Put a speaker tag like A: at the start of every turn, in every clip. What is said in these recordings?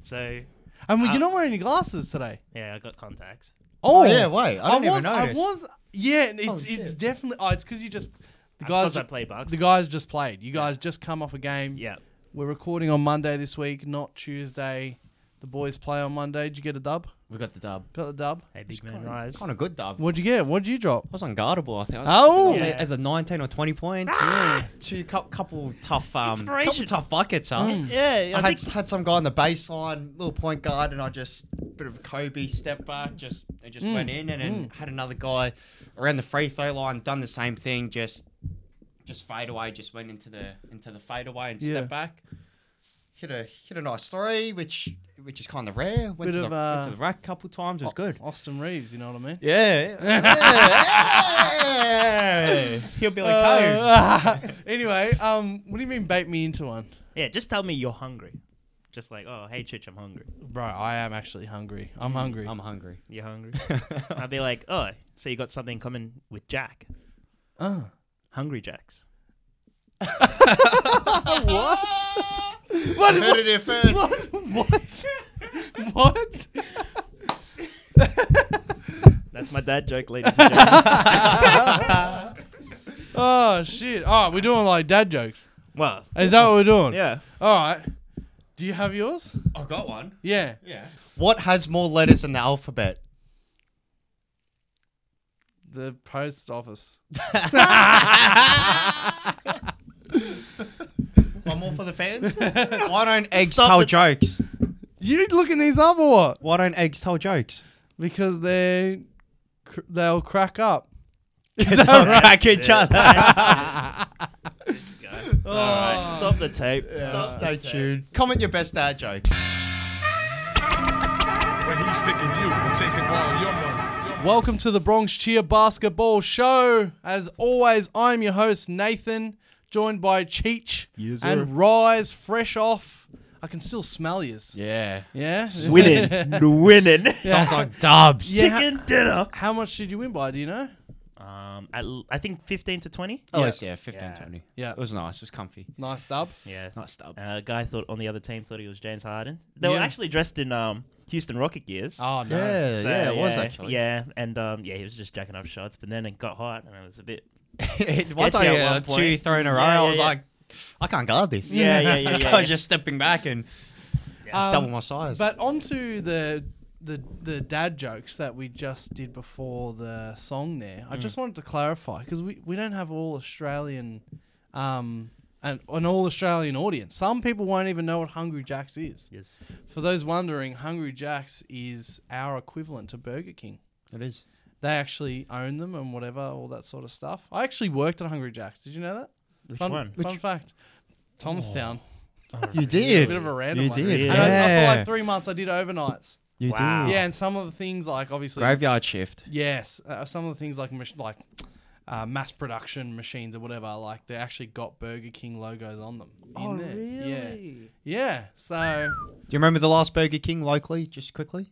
A: So
B: I mean,
A: Uh,
B: you're not wearing your glasses today.
A: yeah, I got contacts.
C: Oh, yeah, wait. I didn't
B: was,
C: even
B: I
C: notice.
B: was, yeah, and it's
C: shit.
B: it's definitely. Oh, it's because you just the guys
A: Because I
B: ju-
A: play bugs.
B: the guys just played. You guys just come off a game.
A: yeah,
B: We're recording on Monday this week, not Tuesday. The boys play on Monday. Did you get a dub?
C: We got the dub.
B: Got the dub.
A: hey, big man, rise.
C: Kind of good dub.
B: What'd you get? What'd you drop?
C: I was unguardable. I think.
B: Oh!
C: I think I was
A: Yeah.
C: as a nineteen or twenty points. yeah, two cou- couple tough, um, couple
A: Inspiration.
C: tough buckets. Huh?
A: Yeah,
C: I
A: I
C: had,
A: think
C: had some guy on the baseline, little point guard, and I just bit of Kobe step back, just it just
B: Mm.
C: went in, and then had another guy around the free throw line, done the same thing, just just fade away, just went into the into the fade away and
B: Yeah.
C: step back, hit a hit a nice three, which which is kind of rare.
B: Bit
C: Went, to,
B: of,
C: the,
B: uh,
C: went to the rack a couple times, it was good.
B: Austin Reeves. You know what I mean?
C: Yeah, yeah. hillbilly code.
B: Uh, anyway, um, what do you mean bait me into one?
A: yeah. Just tell me you're hungry. Just like oh hey Chich, I'm hungry.
B: Bro, I am actually hungry. Mm, I'm hungry.
C: I'm hungry.
A: You're hungry. I'd be like oh so you got something in common with Jack,
B: Uh.
A: Hungry Jacks.
C: I heard it here first.
B: What? what?
A: That's my dad joke, ladies and gentlemen.
B: Oh shit! All right, we're doing like dad jokes.
A: well,
B: Is that what we're doing?
A: yeah.
B: All right. Do you have yours?
C: I got one.
B: Yeah.
C: Yeah. What has more letters in the alphabet?
B: The post office.
C: One more for the fans. Why don't eggs
A: Stop
C: tell
A: the-
C: jokes?
B: You looking these up or what?
C: Why don't eggs tell jokes?
B: Because they cr- they'll crack up.
C: Is that crack each
A: Go. All
B: Oh.
A: right, stop the tape. Stop.
C: Stay tuned. Comment your best dad joke.
D: When he's sticking you and taking all your money.
B: Welcome to the Bronx Cheer Basketball Show. As always, I'm your host Nathan, joined by Cheech and Rise, fresh off. I can still smell yous.
C: Yeah.
B: Yeah.
A: Winning, winning.
C: Sounds like dubs.
B: Yeah.
A: Chicken dinner.
B: How much did you win by? Do you know?
A: Um, at l- I think 15 to 20.
C: Oh, it's- yeah, 15,
A: Yeah.
C: 20.
B: Yeah.
C: It was nice. It was comfy.
B: Nice dub.
A: Yeah.
C: Not stub.
A: Uh, a guy thought on the other team thought he was James Harden. They were
B: Yeah.
A: actually dressed in um, Houston Rocket gears.
B: Oh no.
C: Yeah,
A: So,
C: yeah, it was actually.
A: Yeah, and um, yeah, he was just jacking up shots, but then it got hot and it was a bit.
C: one
A: Sketchy
C: time, uh,
A: at
C: yeah,
A: one
C: two
A: point.
C: throw in a row,
A: Yeah,
C: I
A: yeah,
C: was
A: yeah.
C: like, I can't guard this.
A: Yeah, yeah, yeah.
C: This
A: yeah,
C: guy was
A: yeah.
C: just stepping back and
B: Um,
C: double my size.
B: But onto the the the dad jokes that we just did before the song. There, I just wanted to clarify because we we don't have all Australian, um, and an all Australian audience. Some people won't even know what Hungry Jacks is.
A: Yes.
B: For those wondering, Hungry Jacks is our equivalent to Burger King.
C: it is.
B: They actually own them and whatever, all that sort of stuff. I actually worked at Hungry Jacks. Did you know that?
A: Which
B: fun,
A: one?
B: Fun fact. Thomastown.
C: You did.
B: A bit of a random
C: You
B: one.
C: did.
A: Yeah.
B: And I, I, for
C: Yeah. Oh.
B: like three months, I did overnights.
C: You
A: Wow.
C: did.
B: Yeah, and some of the things like obviously,
C: Graveyard shift.
B: yes, uh, some of the things like mach- like uh, mass production machines or whatever, like they actually got Burger King logos on them. In
A: Oh,
B: there.
A: really?
B: Yeah, yeah. So
C: Do you remember the last Burger King locally, just quickly?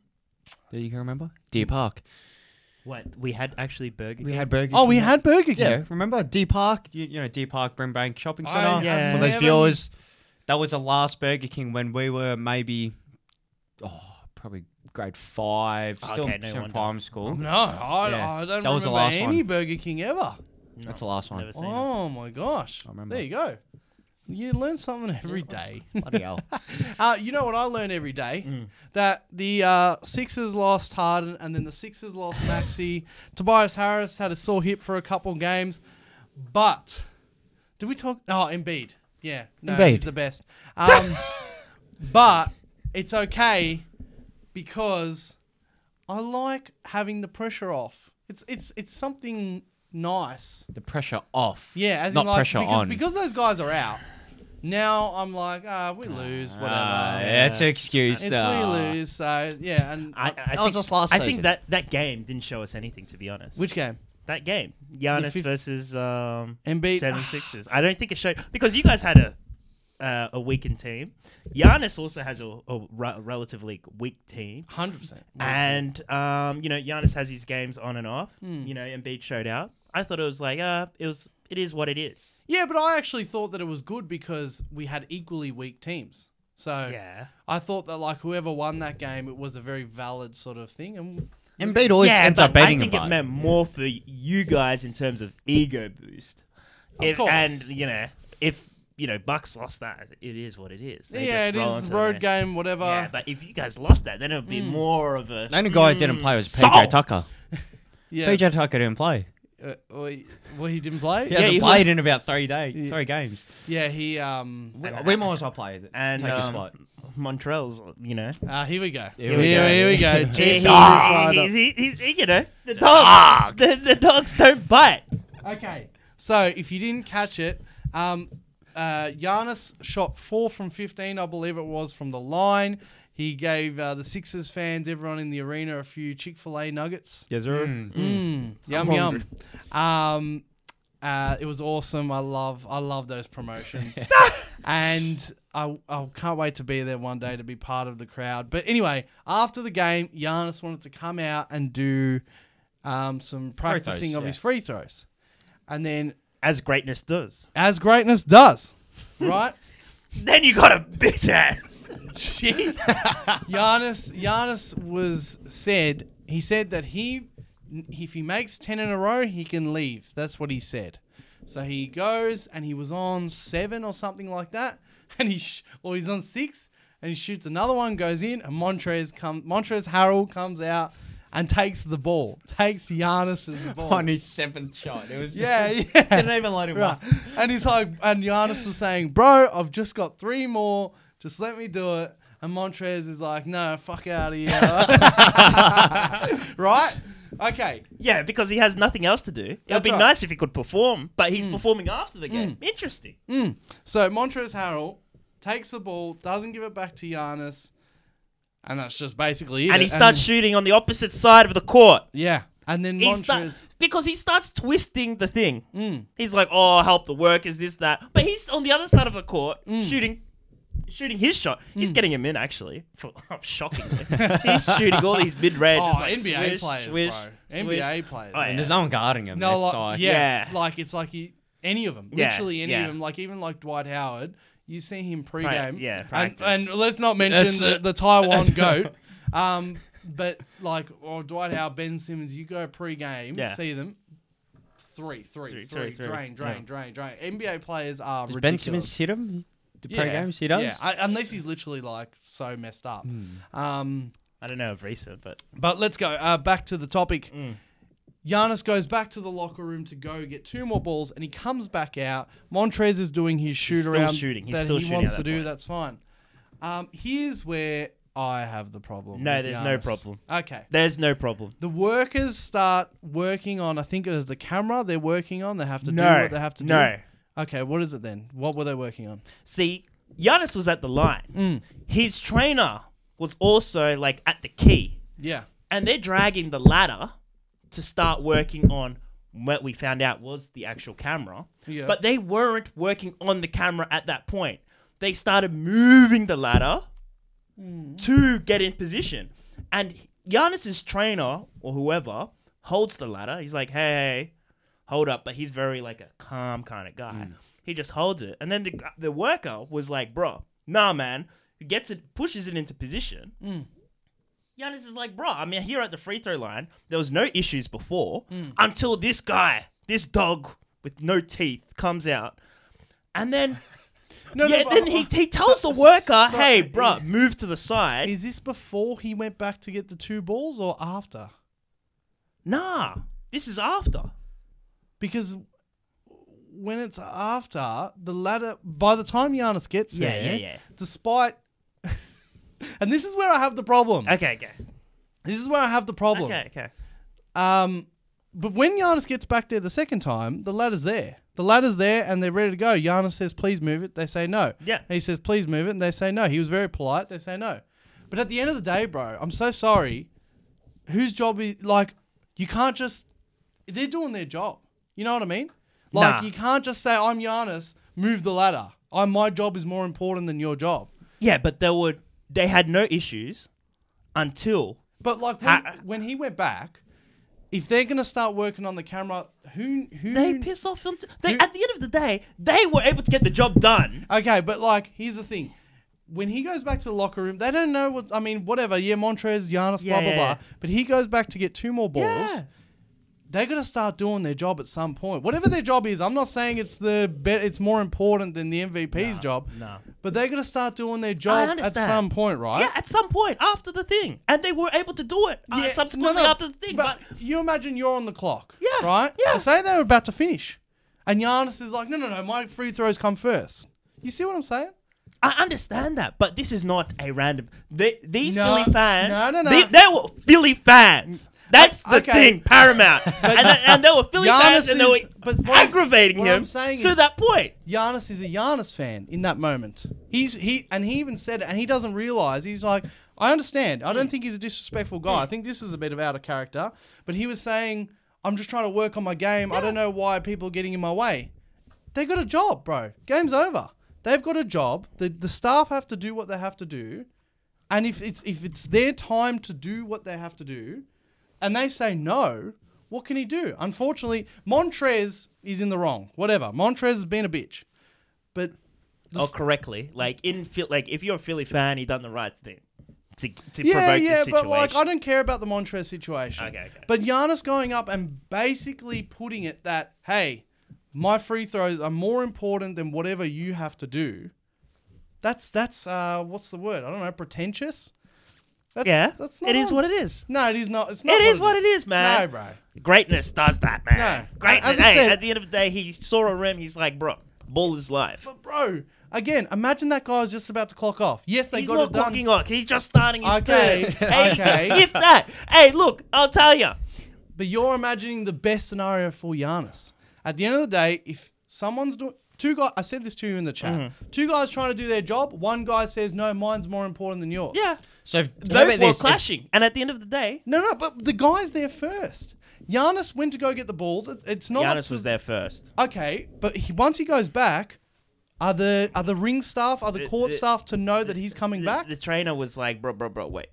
C: Do you remember? Deer Park.
A: What? We had actually Burger
C: We
A: King.
C: had Burger
B: oh,
C: King.
B: we had Burger King.
C: Yeah, remember Deer Park? You, you know, Deer Park, Brimbank Shopping
B: I
C: Centre.
A: Oh, Yeah.
C: For those
B: haven't-
C: viewers, that was the last Burger King when we were maybe, oh, probably grade five, still,
A: Okay, no
C: still in
A: wonder.
C: prime school.
B: No, I,
C: Yeah.
B: I don't
C: That
B: remember
C: was the last
B: any
C: one.
B: Burger King ever.
A: No,
C: That's the last one.
A: Never seen it.
B: Oh my gosh!
C: I remember.
B: There you go. You learn something every day.
C: Bloody hell.
B: Uh, you know what I learn every day?
C: Mm.
B: That the uh, Sixers lost Harden, and then the Sixers lost Maxi. Tobias Harris had a sore hip for a couple games, but did we talk? Oh, Embiid. Yeah, no,
C: Embiid.
B: he's the best. Um, but it's okay because I like having the pressure off. It's it's it's something nice.
C: the pressure off.
B: Yeah, as
C: not
B: in like
C: pressure
B: because,
C: on.
B: because those guys are out. Now I'm like, ah, we lose, whatever.
C: Ah, yeah, it's an excuse.
B: It's
C: though.
B: we lose, so yeah. And
A: I, I
C: That
A: think,
C: was just last
A: I
C: season.
A: think that, that game didn't show us anything, to be honest.
B: which game?
A: that game, Giannis
B: fif-
A: versus um,
B: Embiid.
A: 76ers. I don't think it showed because you guys had a uh, a weakened team. Giannis also has a, a re- relatively weak team.
B: Hundred percent.
A: And um, you know, Giannis has his games on and off.
B: Hmm.
A: You know, Embiid showed out. I thought it was like, uh, it was, it is what it is.
B: Yeah, but I actually thought that it was good because we had equally weak teams. So
A: Yeah.
B: I thought that like whoever won that game, it was a very valid sort of thing. And
C: Embiid always
A: yeah,
C: ends
A: but
C: up beating
A: I think
C: him.
A: it meant more for you guys in terms of ego boost. If-
B: course.
A: And you know, if you know Bucks lost that, it is what it is. They
B: yeah, it
A: just roll
B: is
A: into
B: road
A: the-
B: game, whatever.
A: Yeah, but Mm. if you guys lost that, then it would be more of a.
C: the only guy that didn't play was PJ
A: Salt.
C: Tucker.
B: Mm. yeah.
C: PJ Tucker didn't play.
B: Uh, well, he, well, he didn't play.
C: He hasn't
A: he-
C: played in about three days,
B: Yeah.
C: three games.
B: Yeah, he. Um.
C: We, we might as well play it.
A: and
C: take a
A: um,
C: spot.
A: Montrell's, you know,
B: Ah, here we go.
C: Here we go.
B: Here we go.
A: he,
B: Jesus,
A: he,
B: fired up.
A: he- he- he- you know, the dogs, the, the dogs don't bite.
B: Okay. So if you didn't catch it, um, uh, Giannis shot four from 15, I believe it was, from the line. He gave uh, the Sixers fans, everyone in the arena, a few Chick fil A nuggets.
C: Yes, sir.
B: Mm, yum, yum. Um, uh, it was awesome. I love, I love those promotions, and I, I can't wait to be there one day to be part of the crowd. But anyway, after the game, Giannis wanted to come out and do um, some practicing of
C: yeah.
B: his free throws, and then
A: As greatness does.
B: as greatness does, right?
A: Then you got a bitch ass.
B: Giannis Giannis was said he said that he if he makes 10 in a row he can leave that's what he said so he goes and he was on 7 or something like that and he sh- or he's on 6 and he shoots another one goes in and Montrez come Montrez Harrell comes out and takes the ball takes Giannis's ball
C: On his seventh shot, it was
B: yeah yeah
C: Didn't even let him
B: Right.
C: up.
B: And he's like, and Giannis is saying, bro, I've just got three more. Just let me do it. And Montrez is like, no, fuck out of here. right? Okay.
A: Yeah, because he has nothing else to do. It would
B: That's
A: be
B: right.
A: nice if he could perform, but
C: Mm.
A: he's performing after the game. Interesting.
B: So Montrez Harrell takes the ball, doesn't give it back to Giannis. And that's just basically it.
A: and he starts shooting on the opposite side of the court.
B: Yeah. And then
A: He
B: Montrez.
A: starts because he starts twisting the thing.
B: Mm.
A: He's like, "Oh, help the workers, this that," but he's on the other side of the court
B: Mm.
A: shooting, shooting his shot. He's getting him in actually. For, oh, shockingly, he's shooting all these mid range.
B: oh,
A: like,
B: NBA
A: swish,
B: players,
A: swish,
B: bro.
A: swish.
B: NBA players.
A: Oh, yeah.
C: And there's no one guarding him.
B: No,
C: No,
B: like,
C: side.
B: yes,
A: Yeah.
B: like it's like he, any of them,
A: Yeah,
B: literally any
A: yeah.
B: of them. Like even like Dwight Howard, you see him pregame,
A: yeah,
B: and,
A: practice.
B: and let's not mention
C: That's
B: the,
C: it.
B: the Taiwan goat. Um, but like or Dwight Howard, Ben Simmons, you go pregame,
A: Yeah.
B: see them. Three, three,
A: Three,
B: three,
A: three, three.
B: drain, drain, drain, drain. NBA players are
C: Does Ben
B: ridiculous.
C: Simmons hit him? The
B: Yeah.
C: pre games he does. Hmm.
B: Yeah, I, unless he's literally like so messed up. Um,
A: I don't know of recent, but
B: but let's go uh, back to the topic.
A: Mm.
B: Giannis goes back to the locker room to go get two more balls, and he comes back out. Montrez is doing his shoot
A: still
B: around
A: shooting. He's
B: that
A: still
B: he
A: shooting
B: wants
A: at
B: to
A: that
B: do.
A: point.
B: That's fine. Um, here's where I have the problem.
A: No,
B: with
A: there's no
B: Giannis.
A: problem.
B: Okay.
A: there's no problem.
B: The workers start working on. I think it was the camera they're working on. They have to do
A: No,
B: what they have to
A: no.
B: do. Okay, what is it then? What were they working on?
A: See, Giannis was at the line.
B: Mm.
A: His trainer was also like at the key.
B: Yeah.
A: and they're dragging the ladder to start working on what we found out was the actual camera.
B: Yeah.
A: But they weren't working on the camera at that point. They started moving the ladder to get in position. And Giannis's trainer or whoever holds the ladder. He's like, "Hey, hold up," but he's very like a calm kind of guy. He just holds it, and then the the worker was like, "Bro, nah, man." He Gets it, pushes it into position, Giannis is like, bro, I'm here at the free throw line. There was no issues before
B: Hmm.
A: until this guy, this dog with no teeth, comes out. And then,
B: No,
A: yeah,
B: but-
A: then he, he tells
B: so-
A: the worker,
B: so-
A: hey, bro, move to the side.
B: Is this before he went back to get the two balls or after?
A: nah, this is after.
B: because when it's after the ladder, by the time Giannis gets
A: Yeah,
B: there,
A: yeah, yeah.
B: despite, and this is where I have the problem.
A: Okay, okay.
B: This is where I have the problem.
A: Okay, okay.
B: Um, but when Giannis gets back there the second time, the ladder's there. The ladder's there and they're ready to go. Giannis says, please move it. They say no.
A: Yeah.
B: He says, please move it. And they say no. He was very polite. They say no. But at the end of the day, bro, I'm so sorry. Whose job is, like, you can't just, they're doing their job. You know what I mean? Like,
A: Nah.
B: you can't just say, I'm Giannis, move the ladder. i my job is more important than your job.
A: Yeah, but there were, they had no issues until.
B: But like when,
A: Ha-
B: when he went back, if they're gonna start working on the camera, who who
A: They piss off. Him t- they,
B: Hmm. You-
A: at the end of the day, they were able to get the job done.
B: Okay, but like, here's the thing. when he goes back to the locker room, they don't know what I mean. Whatever, yeah, Montrez, Giannis,
A: Yeah,
B: blah blah
A: yeah,
B: blah.
A: yeah.
B: But he goes back to get two more balls.
A: Yeah.
B: They got to start doing their job at some point. Whatever their job is, I'm not saying it's the bet. It's more important than the MVP's job.
A: nah.
B: But they got to start doing their job at
A: understand.
B: some point, right?
A: Yeah, at some point after the thing, and they were able to do it uh,
B: Yeah,
A: subsequently
B: no, no,
A: after the thing. But,
B: you imagine you're on the clock,
A: Yeah,
B: right?
A: yeah.
B: Say they were about to finish, and Giannis is like, no, no, no, my free throws come first. You see what I'm saying?
A: I understand that. But this is not a random. They, these
B: No,
A: Philly fans,
B: no, no, no.
A: They, they were Philly fans. That's the
B: okay.
A: thing, paramount. and, and they were Philly
B: Giannis
A: fans, and they were
B: is- but what I'm s-
A: aggravating
B: what
A: him
B: I'm saying
A: to
B: is-
A: that point.
B: Giannis is a Giannis fan in that moment. He's he and he even said it, and he doesn't realize. He's like, I understand. I don't think he's a disrespectful guy. I think this is a bit of out of character. But he was saying, I'm just trying to work on my game. I don't know why people are getting in my way. They got a job, bro. Game's over. They've got a job. The the staff have to do what they have to do. And if it's if it's their time to do what they have to do, and they say no, what can he do? Unfortunately, Montrez is in the wrong. Whatever. Montrez has been a bitch. But
A: Or Oh, correctly, like in Phil- like if you're a Philly fan, he done the right thing to to
B: yeah,
A: provoke
B: yeah,
A: this situation.
B: but like I don't care about the Montrez situation.
A: Okay, okay.
B: But Giannis going up and basically putting it that, hey, my free throws are more important than whatever you have to do. That's that's uh what's the word? I don't know, pretentious? That's,
A: yeah,
B: That's not
A: it is
B: on.
A: what it is.
B: No, it is not. It's not.
A: It is what it is, man.
B: No, bro.
A: Greatness does that, man.
B: No.
A: Greatness.
B: As I
A: Hey,
B: said-
A: at the end of the day, he saw a rim. He's like, bro, ball is life.
B: But bro, again, imagine that guy's just about to clock off. Yes, they
A: He's
B: got
A: not
B: it done.
A: clocking on. He's just starting his
B: Okay,
A: third. Hey,
B: okay.
A: if that. Hey, look, I'll tell you.
B: But you're imagining the best scenario for Giannis. At the end of the day, if someone's doing two guys, I said this to you in the chat.
A: Mm-hmm.
B: Two guys trying to do their job. One guy says, "No, mine's more important than yours."
A: Yeah.
C: So if, how
A: Those
C: about
A: were
C: this? If-
A: clashing. and at the end of the day,
B: No, no, but the guy's there first. Giannis went to go get the balls. It- It's not. up
A: Giannis
B: to-
A: was there first.
B: Okay, but he, once he goes back, are the are the ring staff, are the court
A: the-
B: staff to know that he's coming
A: The,
B: back?
A: the trainer was like, bro, bro, bro, wait.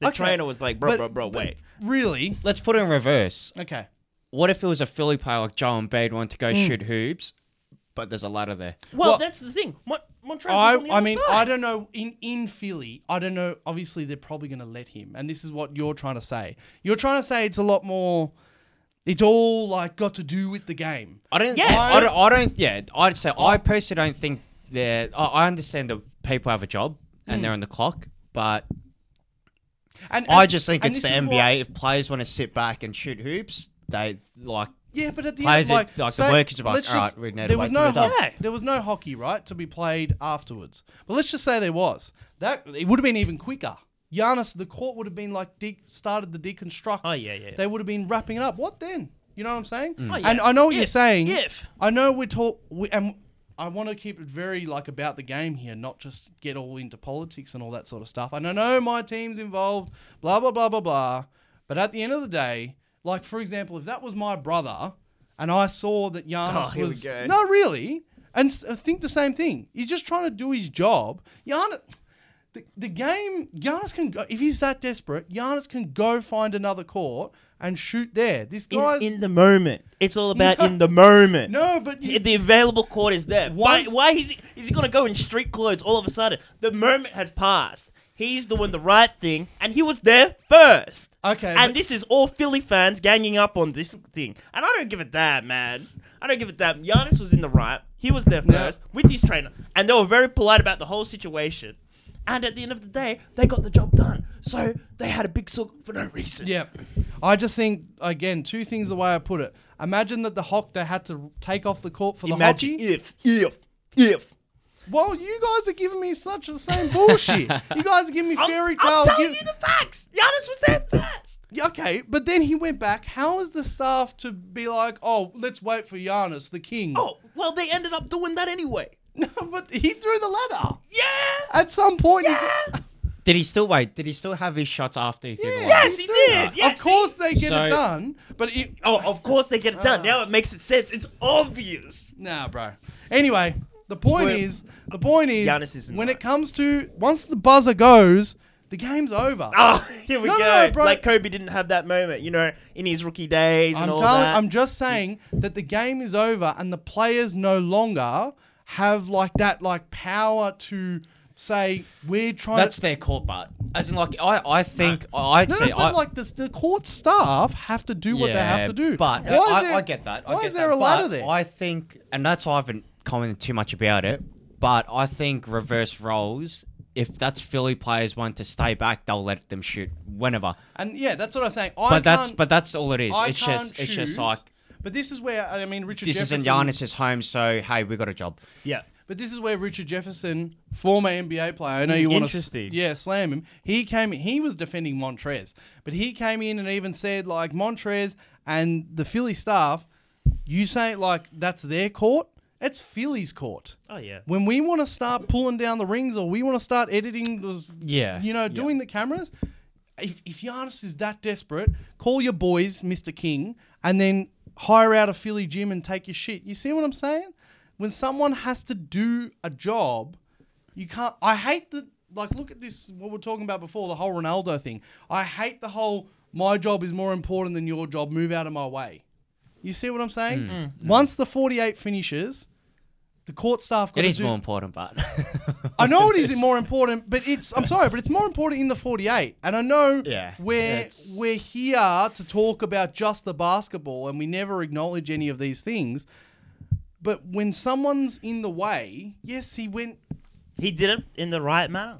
A: The
B: Okay,
A: trainer was like, bro,
B: but-
A: bro, bro,
B: but
A: wait.
B: Really?
C: let's put it in reverse.
B: Okay.
C: What if it was a Philly player like Joel Embiid wanted to go
B: Mm.
C: shoot hoops, but there's a ladder there?
A: Well,
B: well-
A: that's the thing. Mon- Montrezl
B: I,
A: was on the
B: I
A: other
B: mean,
A: side.
B: I don't know. In, in Philly, I don't know. Obviously, they're probably going to let him. And this is what you're trying to say. You're trying to say it's a lot more. It's all like got to do with the game.
C: I don't.
A: Yeah.
C: I, don't, I don't. Yeah, I'd say I personally don't think they're. I, I understand that people have a job and they're on the clock, but
B: Mm. And,
C: I
B: and-
C: just think
B: and
C: it's the
B: this is
C: NBA.
B: why-
C: if players want to sit back and shoot hoops, they like.
B: yeah, but at the
C: players
B: end, like,
C: that- like, the
B: say-
C: workers are like,
B: let's
C: "All
B: just-
C: right, we need to
B: there
C: wait
B: was
C: till
B: no
C: we're done."
B: hockey,
A: Yeah.
B: there was no hockey right to be played afterwards. But let's just say there was that it would have been even quicker. Giannis, the court would have been like de- started the deconstruct.
A: Oh, yeah, yeah, yeah.
B: They would have been wrapping it up. What then? You know what I'm saying?
C: Mm.
A: Oh, yeah.
B: And I know what you're
A: If-
B: saying.
A: if.
B: I know we're talk, we, and I want to keep it very like about the game here, not just get all into politics and all that sort of stuff. And I know my team's involved, blah blah blah blah blah. But at the end of the day, like for example, if that was my brother, and I saw that
A: Oh,
B: Giannis
A: here we
B: was
A: go.
B: no really, and s- I think the same thing. He's just trying to do his job. Giannis. The, the game, Giannis can go, if he's that desperate, Giannis can go find another court and shoot there. This guy's.
A: in, in the moment. It's all about in the moment.
B: no, but. you-
A: The available court is there. Why?
B: Once-
A: Why is he? Is he gonna go in street clothes all of a sudden? The moment has passed. He's doing the right thing, and he was there first.
B: Okay,
A: And
B: but-
A: this is all Philly fans ganging up on this thing, and I don't give a damn, man. I don't give a damn. Giannis was in the right. He was there
B: Yeah.
A: first with his trainer, and they were very polite about the whole situation. And at the end of the day, they got the job done. So they had a big sook for no reason.
B: Yeah. I just think again, two things the way I put it. Imagine that the hock they had to take off the court for
A: Imagine
B: the hockey.
A: if, if, if.
B: Well, you guys are giving me such the same bullshit. you guys are giving me
A: I'm-
B: fairy
A: I'm
B: tales.
A: telling
B: give-
A: you the facts. Giannis was there first.
B: Yeah, okay, but then he went back. How is the staff to be like, oh, let's wait for Giannis, the king?
A: Oh, well, they ended up doing that anyway.
B: no, but he threw the ladder.
A: Yeah.
B: At some point, he-
C: Did he still wait? Did he still have his shots after he threw the line?
A: Yes, he
B: threw
A: did.
B: that.
A: Yes,
B: of course,
A: he-
B: they get
C: So-
B: it done. But it,
A: Oh, of course they get it done. Now it makes it sense. It's obvious.
B: Nah, bro. Anyway, the point
A: Well,
B: is, the point is,
A: Giannis isn't
B: when
A: right.
B: it comes to once the buzzer goes, the game's over.
C: Ah,
A: Oh, here we
B: Ah, No,
A: go.
B: no, bro.
A: Like Kobe didn't have that moment, you know, in his rookie days and
B: I'm
A: all
B: telling,
A: that.
B: I'm just saying that the game is over and the players no longer have like that like power to say we're trying.
C: That's
B: to,
C: their court part. As in, like, I, I think I'd
B: no,
C: say
B: no,
C: I,
B: but like the, the court staff have to do what they have to do.
C: But
B: why is
C: I,
B: there,
C: I get that. I
B: why
C: get
B: is there
C: that.
B: a ladder
C: But
B: there?
C: I think, and that's I haven't commented too much about it, but I think reverse roles. If that's Philly players want to stay back, they'll let them shoot whenever.
B: and yeah, that's what I'm saying. I
C: But that's
B: can't-
C: but that's all it is.
B: I
C: it's
B: can't
C: just
B: choose,
C: it's just like
B: But this is where I mean, Richard.
C: this
B: Jefferson,
C: isn't Giannis's home, so hey, we got a job.
A: Yeah.
B: But this is where Richard Jefferson, former NBA player, I know you want
A: Interesting.
B: to, yeah, slam him. He came, he was defending Montrez, but he came in and even said like Montrez and the Philly staff, you say like that's their court, it's Philly's court.
A: Oh yeah.
B: When we want to start pulling down the rings or we want to start editing, those,
C: Yeah.
B: you know, doing the cameras, if if Giannis is that desperate, call your boys, Mr. King, and then hire out a Philly gym and take your shit. You see what I'm saying? When someone has to do a job, you can't. I hate the like. Look at this. What we we're talking about before the whole Ronaldo thing. I hate the whole. My job is more important than your job. Move out of my way. You see what I'm saying?
C: Mm.
B: Once the 48 finishes, the court staff got
C: It
B: to
C: is
B: do
C: more important, but
B: I know it is more important, but it's I'm sorry, but it's more important in the 48. And I know
C: Yeah,
B: we're
C: it's-
B: we're here to talk about just the basketball and we never acknowledge any of these things. But when someone's in the way, yes, he went
A: He did it in the right manner.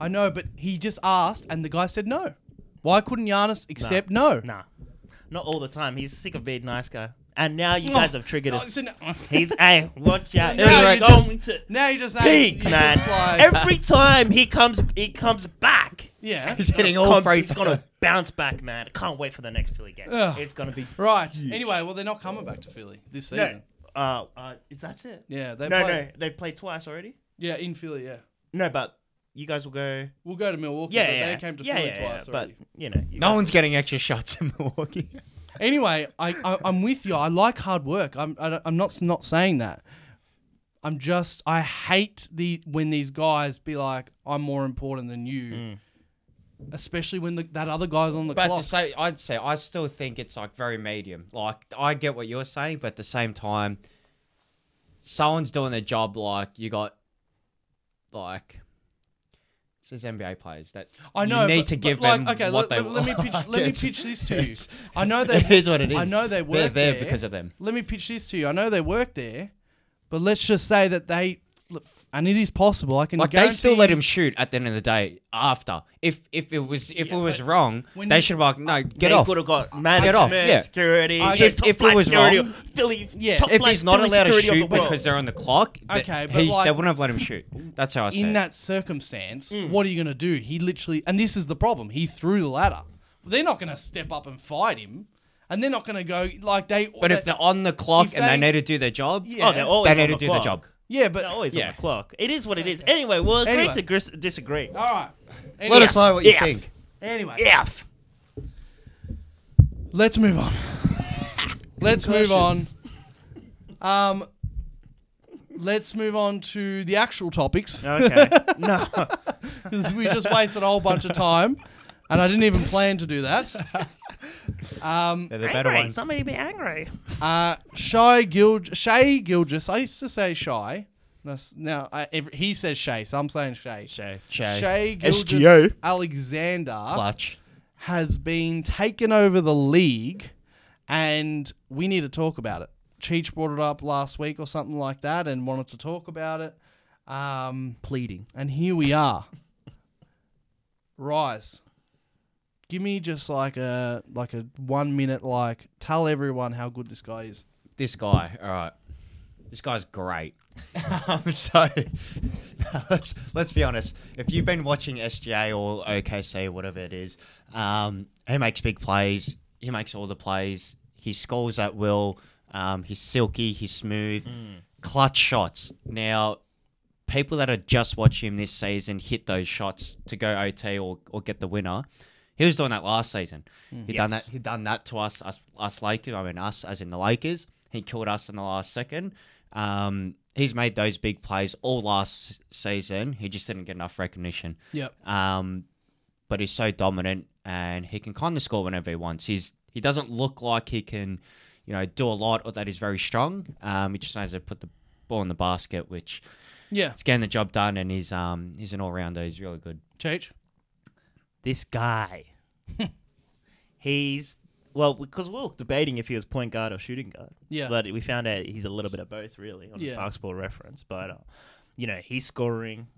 B: I know, but he just asked and the guy said no. Why couldn't Giannis accept no?
A: Nah. Not all the time. He's sick of being nice guy. And now you
B: Oh,
A: guys have triggered
B: no,
A: us.
B: it's an-
A: He's hey, watch out.
B: Now
A: He's
C: you're
A: going
B: just-
A: to
B: now you just
A: peak,
B: you
A: man.
B: just like-
A: Every time he comes he comes back.
B: yeah.
C: he's hitting all
A: Come-
C: three.
A: it's gonna bounce back, man. I can't wait for the next Philly game.
B: Ugh.
A: It's gonna be
B: Right. Anyway, well they're not coming back to Philly this
A: no.
B: season.
A: Uh, uh, is that's it?
B: Yeah, they
A: no,
B: play-
A: no, they've played twice already.
B: Yeah, in Philly, yeah.
A: No, but you guys will go.
B: We'll go to Milwaukee.
A: Yeah,
B: but
A: yeah,
B: they came to
A: yeah,
B: Philly
A: yeah, yeah,
B: twice.
A: But
B: already.
A: you know, you
C: No
A: guys-
C: one's getting extra shots in Milwaukee.
B: anyway, I, I I'm with you. I like hard work. I'm I, don't- I'm not not saying that. I'm just I hate the when these guys be like I'm more important than you, especially when the, that other guy's on the
C: Mm. But
B: clock.
C: to say, I'd say I still think it's like very medium. Like I get what you're saying, but at the same time, someone's doing their job. Like you got, like. This is NBA players that
B: I know.
C: you need
B: but-
C: to
B: but
C: give
B: like,
C: them
B: Okay, let,
C: what they
B: let, let me pitch.
C: want.
B: Let me
C: It's-
B: pitch this to you.
C: it's-
B: I know they.
C: It is what it is.
B: I know they work
C: They're there,
B: there.
C: because of them.
B: Let me pitch this to you. I know they work there, but let's just say that they, and it is possible. I can.
C: Like they still
B: guarantee
C: let
B: you
C: him shoot at the end of the day. After, if if it was if it was wrong,
B: when
C: they
B: you-
C: should have like no get
A: they
C: off.
A: could have got management,
C: off, yeah.
A: security.
B: I-
A: yeah,
C: if-
A: top
C: if it
A: flight
C: was
A: security,
C: wrong-
A: Philly,
B: Yeah.
A: top
C: if
A: flight
C: he's not
A: Philly
C: allowed to
A: security of the
C: shoot
A: world.
C: because they're on the clock, th-
B: Okay, but
C: he- they
B: like-
C: wouldn't have let him shoot. That's how I see.
B: in
C: it.
B: that circumstance,
C: Hmm.
B: what are you going to do? He literally, and this is the problem. He threw the ladder. They're not going to step up and fight him, and they're not going to go like they.
C: But if they're on the clock
B: If
C: and they,
B: they-
C: need to do their job,
B: Yeah.
A: oh, they're always
C: They need
A: on
C: to
A: the
C: do their
A: clock.
C: job.
B: yeah, but
A: They're always
C: Yeah.
A: on the clock. It is what it is. Anyway, we'll agree
B: Anyway.
A: to gris- disagree.
B: all right. Anyway,
C: let us know what you
A: Yeah.
C: think.
B: Anyway,
A: F.
B: let's move on. let's move on. Um, let's move on to the actual topics
A: Okay. no.
B: 'cause we just wasted a whole bunch of time, and I didn't even plan to do that. Um,
A: Mm.
C: They're the better
A: Angry.
C: ones.
A: Somebody be angry.
B: Uh, Shy Gilg- Shay Gilgis. I used to say Shy. That's- Now I, every, he says Shay, so I'm saying Shay.
A: Shay.
C: Shay.
B: Shay
A: SGO.
B: Gilgis Alexander
C: Clutch.
B: has been taken over the league, and we need to talk about it. Cheech brought it up last week or something like that, and wanted to talk about it. Um,
A: Pleading.
B: and here we are. Rise. Give me just like a like a one minute like tell everyone how good this guy is.
C: This guy. All right. This guy's great. I'm sorry. let's let's be honest. If you've been watching SGA or OKC, whatever it is, um, he makes big plays. He makes all the plays. He scores at will. Um, he's silky. He's smooth.
A: Mm.
C: Clutch shots. Now, people that had just watched him this season hit those shots to go OT or, or get the winner. He was doing that last season. He done that.
A: Yes.
C: He done that to us, us, us Lakers. I mean, us as in the Lakers. He killed us in the last second. Um, he's made those big plays all last season. He just didn't get enough recognition.
B: Yep.
C: Um, but he's so dominant and he can kind of score whenever he wants. He's he doesn't look like he can, you know, do a lot or that he's very strong. Um, he just knows to put the ball in the basket, which
B: Yeah.
C: He's getting the job done, and he's um he's an all rounder. He's really good.
B: Cheech.
A: This guy, he's well because we were debating if he was point guard or shooting guard.
B: Yeah.
A: but we found out he's a little bit of both, really, on the
B: Yeah.
A: basketball reference. But uh, you know, he's scoring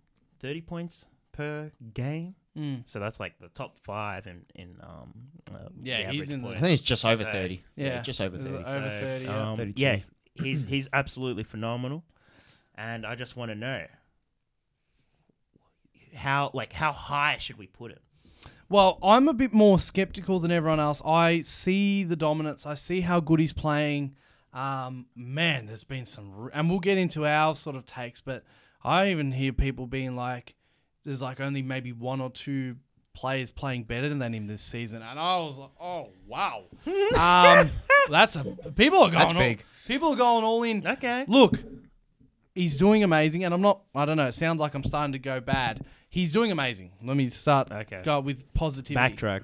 A: thirty points per game.
B: Mm.
A: So that's like the top five in in um uh,
B: Yeah,
A: the
B: he's
A: average
B: in the-
A: points.
C: I think it's just over
A: So,
C: thirty.
B: Yeah.
C: just over
B: Is it
C: thirty.
B: over
A: So,
B: 30, yeah.
A: um,
C: 32.
A: yeah, he's he's absolutely phenomenal, and I just want to know how like how high should we put it?
B: Well, I'm a bit more skeptical than everyone else. I see the dominance. I see how good he's playing. Um, man, there's been some, r- and we'll get into our sort of takes. But I even hear people being like, "There's like only maybe one or two players playing better than him this season," and I was like, "Oh wow, um, that's a people are going
C: That's
B: all-
C: big.
B: people are going all in."
A: Okay,
B: Look, he's doing amazing, and I'm not. I don't know. It sounds like I'm starting to go bad. He's doing amazing. Let me start.
A: Okay.
B: Go with positivity.
A: backtrack.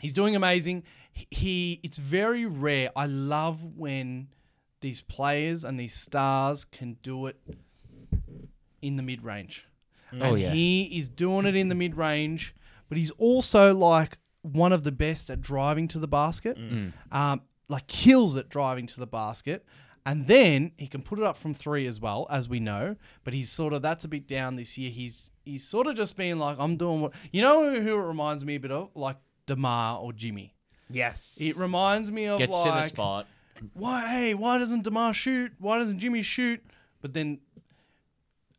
B: He's doing amazing. He- He. It's very rare. I love when these players and these stars can do it in the mid range.
C: Oh
B: And
C: yeah.
B: He is doing it in the mid range, but he's also like one of the best at driving to the basket.
C: Mm.
B: Um, like kills at driving to the basket. And then he can put it up from three as well, as we know. But he's sort of that's a bit down this year. He's he's sort of just being like, I'm doing what you know who it reminds me a bit of? Like Demar or Jimmy.
A: Yes,
B: It reminds me of
C: Gets
B: like
C: to the spot.
B: why hey, why doesn't Demar shoot? Why doesn't Jimmy shoot? But then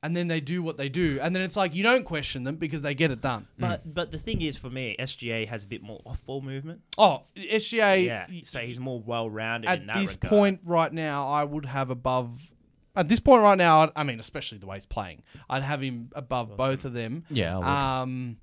B: and then they do what they do. And then it's like you don't question them because they get it done.
A: but
C: Mm.
A: but the thing is, for me, SGA has a bit more off ball movement.
B: Oh, SGA
A: Yeah, so he's more well rounded
B: at
A: in that
B: this
A: regard.
B: point right now I would have above at this point right now I'd, I mean especially the way he's playing I'd have him above both of them.
C: Yeah, I would.
B: Um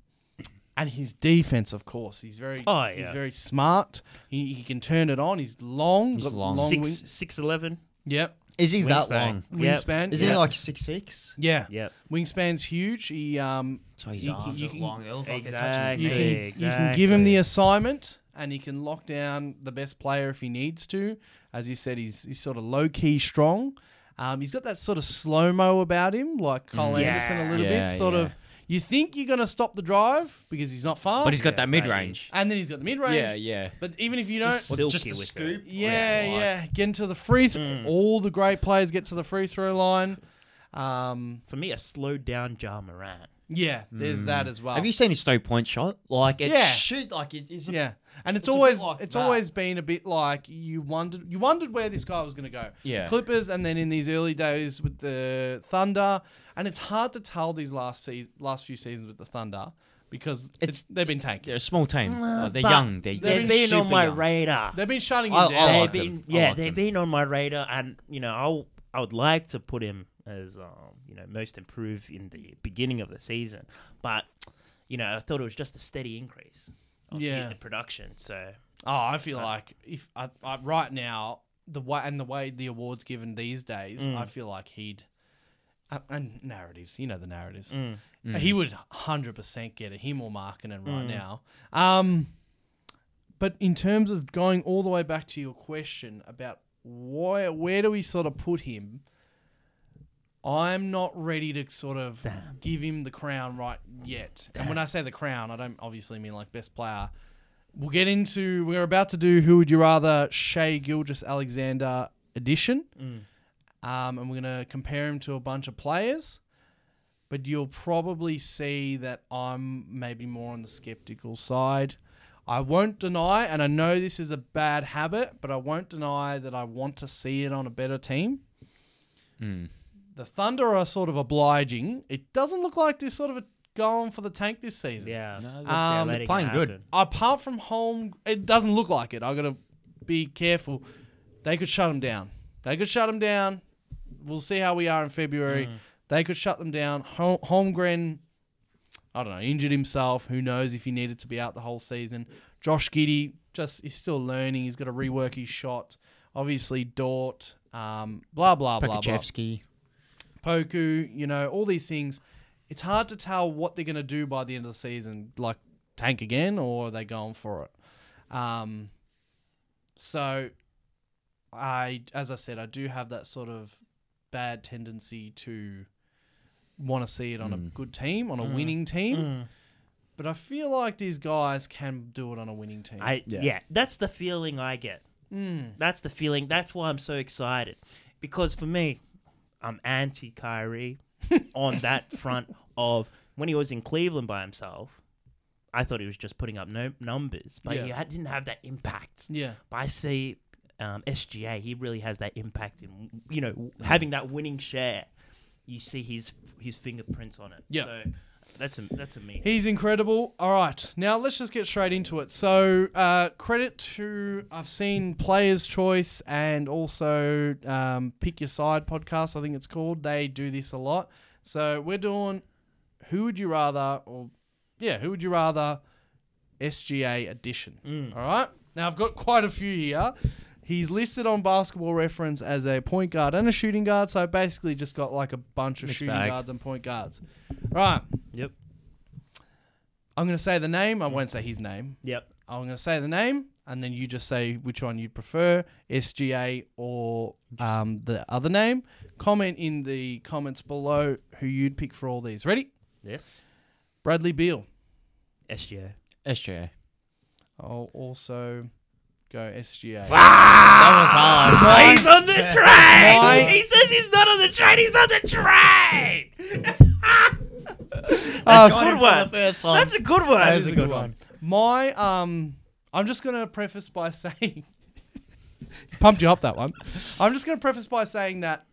B: and his defense of course. He's very
A: Oh,
B: he's
A: yeah.
B: very smart. He, he can turn it on. He's long,
C: He's
B: got
C: long.
B: wing-
A: six six eleven
B: Yep.
C: Is he
A: wingspan.
C: that long?
A: Yep.
B: Wingspan.
C: Isn't
B: yeah.
C: he like six six?
B: Yeah.
A: Yep.
B: Wingspan's huge. He um
C: So he's
B: You can- you can-
C: long. It'll fucking touch his
A: Exactly.
B: you
C: knee.
B: can you can give him
A: Exactly.
B: the assignment and he can lock down the best player if he needs to. As you said, he's he's sort of low key strong. Um, he's got that sort of slow mo about him, like Kyle
A: Yeah.
B: Anderson a little
C: Mm. Yeah,
B: bit. Sort
C: yeah.
B: of, you think you're gonna stop the drive because he's not fast,
C: But he's got
A: Yeah,
C: that mid range.
B: and then he's got the mid range.
C: Yeah, yeah.
B: But even if you don't,
A: Just-
C: Well, just
A: Silky
C: the
A: with
C: scoop.
B: yeah,
C: like- mm.
B: yeah, get into the free. Th- All the great players get to the free throw line. Um,
A: For me, a slowed down Ja Morant.
B: yeah, there's that as well.
C: Mm. Have you seen his three point shot? Like it's
B: Yeah.
C: shoot, like it is.
B: Yeah, and it's,
C: It's a bit
B: always
C: like
B: it's
C: that.
B: always been a bit like you wondered you wondered where this guy was going to go.
C: Yeah.
B: Clippers, and then in these early days with the Thunder, and it's hard to tell these last se- last few seasons with the Thunder because it's,
C: It's-
B: they've been tanking.
C: They're a small team. Uh, they're
A: But
C: young. They're,
A: They've
B: been
A: been,
C: super
A: on my
C: young.
A: radar.
B: They've been shutting him
C: I- I
B: down.
A: They've
C: like them.
A: been
C: I
A: yeah,
C: like
A: they've
C: them.
A: been on my radar, and you know, I'll I would like to put him as um, you know most improved in the beginning of the season, but you know, I thought it was just a steady increase. Of
B: Yeah.
A: the production. So
B: Oh, I feel like if I, I, right now the way and the way the awards given these days, I feel like he'd uh, and narratives, you know the narratives. Uh, He would hundred percent get it. Him or Markkinen right now. Um, but in terms of going all the way back to your question about why, where do we sort of put him? I'm not ready to sort of give him the crown right yet. And when I say the crown, I don't obviously mean like best player. We'll get into. We're about to do who would you rather Shea Gilgis Alexander edition, um, and we're gonna compare him to a bunch of players. But you'll probably see that I'm maybe more on the skeptical side. I won't deny, and I know this is a bad habit, but I won't deny that I want to see it on a better team.
C: Mm.
B: The Thunder are sort of obliging. It doesn't look like they're sort of going for the tank this season
A: yeah, no,
B: they're Um,
C: playing good.
B: apart from home, it doesn't look like it. I gotta be careful. They could shut them down. They could shut them down. We'll see how we are in February. They could shut them down. Hol- Holmgren, I don't know, injured himself. Who knows if he needed to be out the whole season? Josh Giddy, just he's still learning. He's got to rework his shot. Obviously, Dort, um, blah blah blah blah.
C: Pokachevsky.
B: Poku, you know, all these things. It's hard to tell what they're going to do by the end of the season. Like, tank again, or are they going for it? Um, so, I, as I said, I do have that sort of bad tendency to want to see it on a good team, on a winning team.
A: Mm.
B: But I feel like these guys can do it on a winning team. Mm.
A: I yeah.
E: Yeah.
A: that's the feeling I get. That's the feeling. That's why I'm so excited, because for me, I'm anti Kyrie on that front of when he was in Cleveland by himself. I thought he was just putting up no numbers, but he
B: Yeah.
A: had, didn't have that impact.
B: yeah.
A: But I see um, SGA. He really has that impact in you know
B: Mm.
A: having that winning share. You see his his fingerprints on it.
B: Yeah.
A: So that's a that's a me.
B: He's incredible. All right, now let's just get straight into it. So, uh, credit to I've seen Players Choice and also um, Pick Your Side podcast. I think it's called. They do this a lot. So we're doing who would you rather, or yeah, who would you rather? SGA edition. All right. Now I've got quite a few here. He's listed on Basketball Reference as a point guard and a shooting guard. So I basically just got like a bunch of shooting
C: bag.
B: guards and point guards. All right.
A: Yep.
B: I'm going to say the name. I won't say his name.
A: Yep.
B: I'm going to say the name, and then you just say which one you prefer, SGA or um, the other name. Comment in the comments below who you'd pick for all these. Ready?
A: Yes.
B: Bradley Beal.
A: SGA.
C: SGA.
B: I'll also go SGA. Ah,
C: That was hard.
A: He's on the train.
B: Mine-
A: He says he's not on the train. He's on the train.
B: Uh,
C: Got him
A: good
C: for the
A: one.
C: first one.
A: That's a good one.
C: That is a good one.
B: My um, I'm just gonna preface by saying, pumped you up that one. I'm just gonna preface by saying that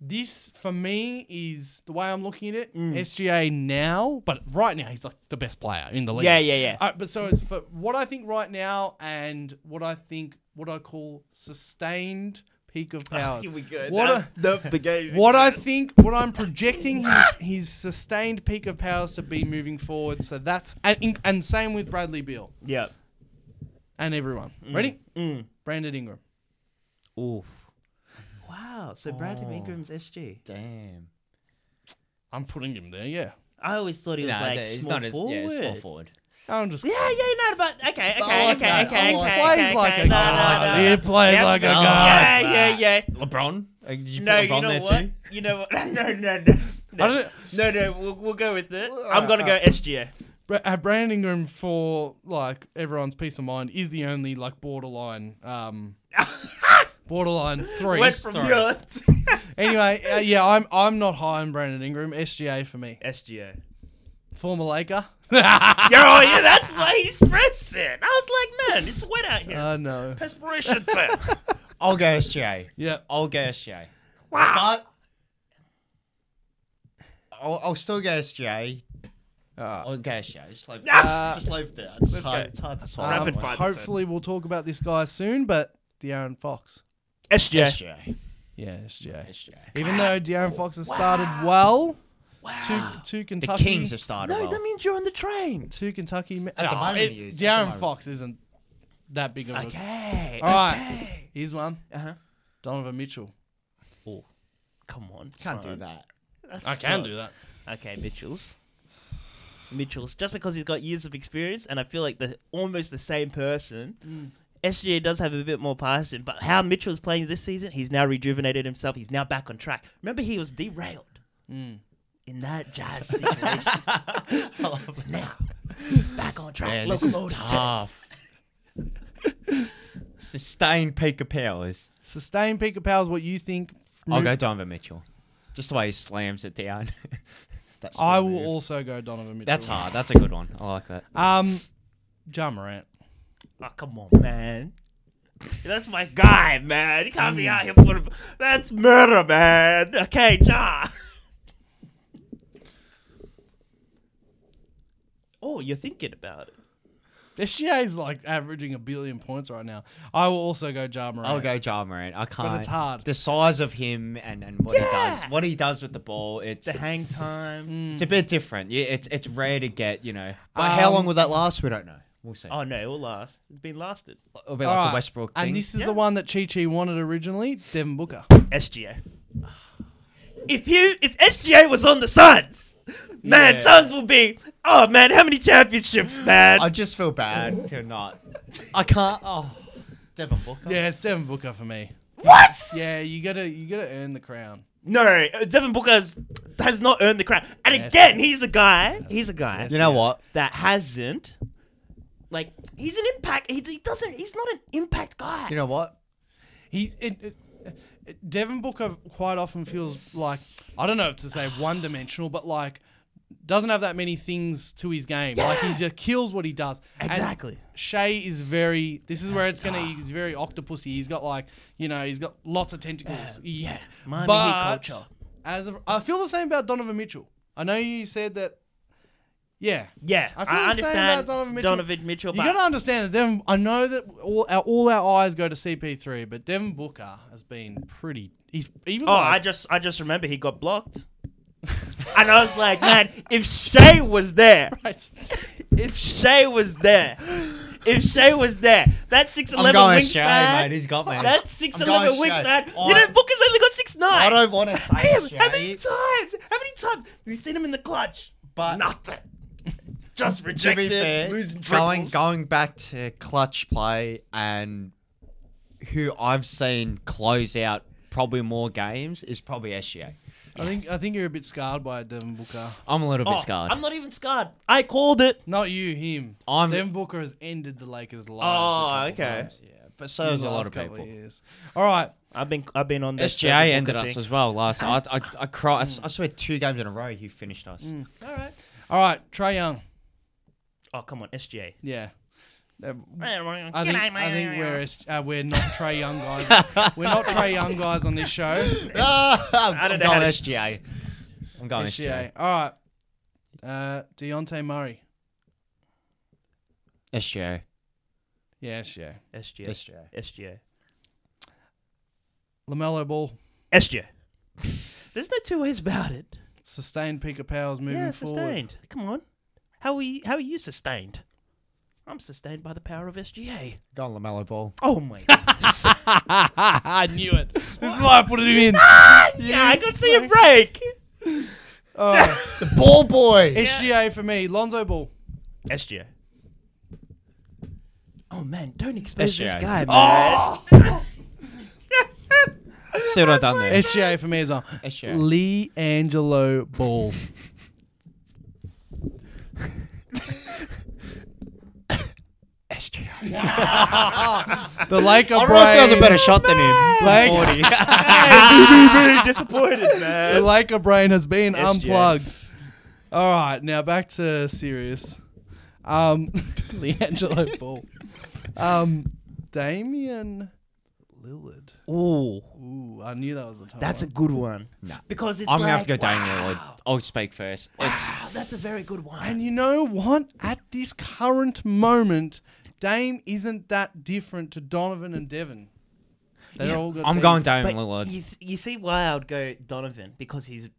B: this for me is the way I'm looking at it. SGA now, but right now he's like the best player in the league.
A: Yeah, yeah, yeah.
B: Uh, but so it's for what I think right now and what I think what I call sustained peak of powers.
E: we go.
B: What a-
E: the, the gaze.
B: what I think, what I'm projecting his, his sustained peak of powers to be moving forward. So that's and, and same with Bradley Beal
A: Yep.
B: and everyone. Ready?
A: Mm.
B: Brandon Ingram.
A: Oof. Wow. So Bradley
C: Oh.
A: Ingram's SG.
C: Damn.
B: I'm putting him there. Yeah.
A: I always thought he was like
C: he's
A: small
C: not as
A: forward.
C: yeah, small forward.
B: I'm just.
A: Yeah, yeah, no, but okay, okay,
C: I like
A: okay,
C: that.
A: okay,
C: I
A: okay,
C: like
A: okay,
B: that.
A: okay,
B: Plays like a
A: no,
B: god.
A: no, no.
B: He plays
A: Yep.
B: like a
A: No,
B: god.
A: Yeah, yeah, yeah.
C: LeBron? Uh, You put
A: No, you
C: LeBron
A: know
C: there
A: what?
C: too?
A: You know what? No, no, no,
B: I
A: no,
B: don't-
A: no, no. We'll, we'll go with it. I'm gonna go SGA.
B: Bra- uh, Brandon Ingram for like everyone's peace of mind is the only like borderline. Um, borderline three.
A: Went from
B: Sorry.
A: your
B: Anyway, uh, yeah, I'm I'm not high on Brandon Ingram. SGA for me.
A: SGA.
B: Former Laker.
A: Yo, yeah, that's why he stressed it. I was like, man, it's wet out here.
B: I know.
A: Perspiration tip.
C: I'll go SGA.
B: Yeah.
C: I'll go SGA.
A: Wow.
C: But I'll, I'll still go SGA.
B: Uh,
C: I'll go SGA. Just leave
A: Ah.
C: just leave that. It's
A: Let's
C: hard,
A: go.
C: it's hard to
B: Um,
C: swallow.
A: Rapid fire, that's it.
B: Hopefully, we'll talk about this guy soon. But De'Aaron Fox,
A: SGA.
C: SGA.
B: yeah, SGA.
C: SGA.
B: Even though De'Aaron Fox has started well, to to
C: The
B: Kentucky,
C: Kings have started well.
A: means you're on the train.
B: to Kentucky. At
C: the moment he is, at the
B: De'Aaron
C: moment.
B: Fox isn't that big of a.
A: Okay.
B: All right, here's one.
A: Uh-huh.
B: Donovan Mitchell.
A: Oh, come on.
C: Can't do
A: son.
C: that.
A: That's tough.
B: that.
A: Okay, Mitchell's. Mitchell's. Just because he's got years of experience, and I feel like the almost the same person. SGA does have a bit more passing, but how Mitchell's playing this season, he's now rejuvenated himself. He's now back on track. Remember, he was derailed in that Jazz situation. now he's back on track.
C: Yeah, this is
A: Locomotive.
C: tough. Sustained peak of powers.
B: Sustained peak of power is what you think.
C: I'll
A: Mm.
C: go Donovan Mitchell. Just the way he slams it down. That's
B: I will also go Donovan Mitchell.
C: That's hard. That's a good one. I like that.
B: Um, Ja Morant.
A: Oh, come on, man. That's my guy, man. You can't be out here for that's murder, man. Okay, Ja. Oh, you're thinking about it.
B: SGA is like averaging a billion points right now. I will also go Ja Morant.
C: I'll go Ja Morant. I can't.
B: it's hard.
C: The size of him and, and what he
A: Yeah.
C: does, what he does with the ball, it's
A: The hang time.
C: it's a bit different. Yeah, it's it's rare to get, you know. But how long will that last? We don't know. We'll see.
A: Oh no, it will last. It's been lasted.
C: It'll be
B: All
C: like
B: right,
C: the Westbrook thing.
B: And this is
A: Yeah.
B: the one that Chi Chi wanted originally, Devin Booker.
A: SGA. If you if SGA was on the Suns, man,
C: Yeah.
A: Suns will be. Oh man, how many championships, man?
C: I just feel bad. You're not. I can't. Oh, Devin Booker.
B: Yeah, it's Devin Booker for me.
A: What?
B: Yeah, you gotta you gotta earn the crown.
A: No, uh, Devin Booker has- has not earned the crown. And
B: Yes.
A: again, he's a guy. He's a guy.
C: You know what?
A: That hasn't. Like he's an impact. He, he doesn't. He's not an impact guy.
C: You know what?
B: He's it, it, it, Devin Booker quite often feels like I don't know if to say one dimensional, but like doesn't have that many things to his game. Like he just kills what he does. And
A: Exactly.
B: Shay is very. This is where it's gonna. He's very octopusy. He's got like you know. He's got lots of tentacles. Yeah.
A: Miami Heat culture.
B: As of, I feel the same about Donovan Mitchell. I know you said that. Yeah.
A: yeah, I,
B: I feel the same
A: understand
B: about Donovan
A: Donovan
B: Mitchell.
A: Mitchell.
B: You
A: but
B: gotta understand that Devin. I know that all our, all our eyes go to CP3, but Devin Booker has been pretty. He's he was
A: oh,
B: like,
A: I just I just remember he got blocked. and I was like, man, if Shay was there, if Shay was there, if Shay was there, that six
C: I'm
A: eleven
C: going
A: wingspan,
C: Shay, mate. He's got me.
A: that six
C: I'm
A: eleven
C: going Shai.
A: wingspan. You
C: I-
A: know, Booker's only got six nine.
C: I don't want to
A: Damn,
C: say
A: how many
C: Shay.
A: times? How many times have you seen him in the clutch?
C: But-
A: nothing. Just
C: To be
A: rejected,
C: fair,
A: losing
C: going
A: dribbles.
C: going back to clutch play and who I've seen close out probably more games is probably SGA.
B: I think I think you're a bit scarred by Devin Booker.
C: I'm a little bit
A: Oh,
C: scarred.
A: I'm not even scarred. I called it.
B: Not you, him.
C: I'm-
B: Devin Booker has ended the Lakers'
A: Oh,
B: lives. a couple
A: okay.
B: times.
C: yeah, but so is
B: In
C: a
B: the
C: lot
B: last
C: of
B: couple
C: people.
B: years. All right.
A: I've been I've been on this.
C: SGA
A: Devin
C: ended
A: Booker
C: us
A: thing.
C: as well last. I I, I cry. I, s- I swear, two games in a row he finished us.
A: All right.
B: All right. Trey Young.
A: Oh come on, SGA.
B: Yeah. Uh, I
A: I
B: think, I think we're est- uh, we're not Trey Young guys. we're not Trey Young guys on this show.
C: Ah, I'm,
A: I don't
C: I'm
A: know how
C: going
A: to-
C: SGA. I'm going
B: SGA.
C: SGA.
B: All right. Uh, Deontay Murray.
C: SGA.
B: Yeah, SGA.
A: SGA.
C: SGA.
A: SGA.
B: LaMelo Ball.
A: SGA. There's no two ways about it.
B: Sustained peak of powers moving
A: yeah,
B: forward.
A: sustained. Come on. How are you, how are you sustained? I'm sustained by the power of SGA.
C: Going Lamelo Ball.
A: Oh my goodness.
B: I knew it. This is why I put it in.
A: yeah, I could see a break.
B: Oh,
C: The ball boy.
B: SGA for me. Lonzo Ball.
A: SGA. Oh man, don't expose this
C: SGA.
A: guy,
C: Oh!
A: man.
C: See what I've done there.
B: SGA for me as well.
C: SGA.
B: Lee Angelo Ball. The Laker
C: I don't know if he has
B: brain.
C: a better shot than him.
B: Like-
C: Forty.
A: disappointed,
B: The
A: man.
B: Laker brain has been
A: SGA.
B: unplugged. All right, now back to serious. Um, Leangelo Ball. Um, Damian Lillard.
A: Ooh,
B: Ooh, I knew that was the time.
A: that's a good one. Because it's
C: I'm gonna
A: like,
C: have to go Damian
A: wow,
C: Lillard. I'll speak first. It's
A: wow, that's a very good one.
B: And you know what? At this current moment, Dame isn't that different to Donovan and Devon. They're all good.
C: I'm going
B: Dame.
C: Damian
A: But
C: Lillard.
A: You, you see why I would go Donovan because he's a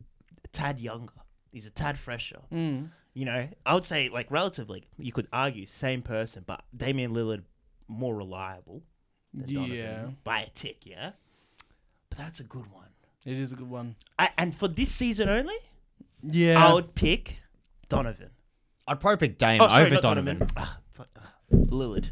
A: tad younger. He's a tad fresher.
B: Mm,
A: You know, I would say like relatively, you could argue same person, but Damian Lillard more reliable than
B: Yeah.
A: Donovan by a tick. Yeah, but that's a good one.
B: It is a good one.
A: I, and for this season only,
B: Yeah.
A: I would pick Donovan.
C: I'd probably pick Dame
A: Oh, sorry,
C: over
A: not
C: Donovan.
A: Donovan. Ah, fuck, ah, Lillard.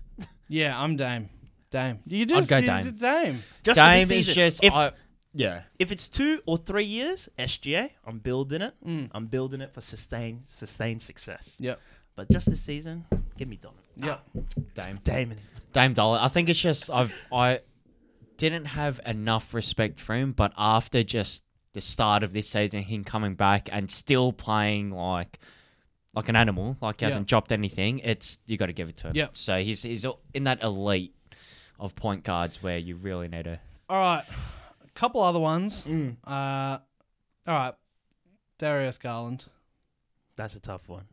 B: yeah, I'm Dame. Dame. You just
C: go
B: you
C: Dame.
B: did Dame.
A: Just for this
C: Dame is
A: season,
C: just.
A: if
C: I, yeah.
A: if it's two or three years, SGA, I'm building it. I'm building it for sustained sustained success.
B: Yep.
A: But just this season, give me Donovan.
B: Yep.
C: Ah, Dame.
A: Damon.
C: Dame Dollar. I think it's just I've I didn't have enough respect for him, but after just the start of this season, him coming back and still playing like like an animal, like he
B: Yeah.
C: hasn't dropped anything. It's you got to give it to him.
B: Yep.
C: So he's he's in that elite of point guards where you really need to.
B: All right. A couple other ones. Uh, all right. Darius Garland.
A: That's a tough one.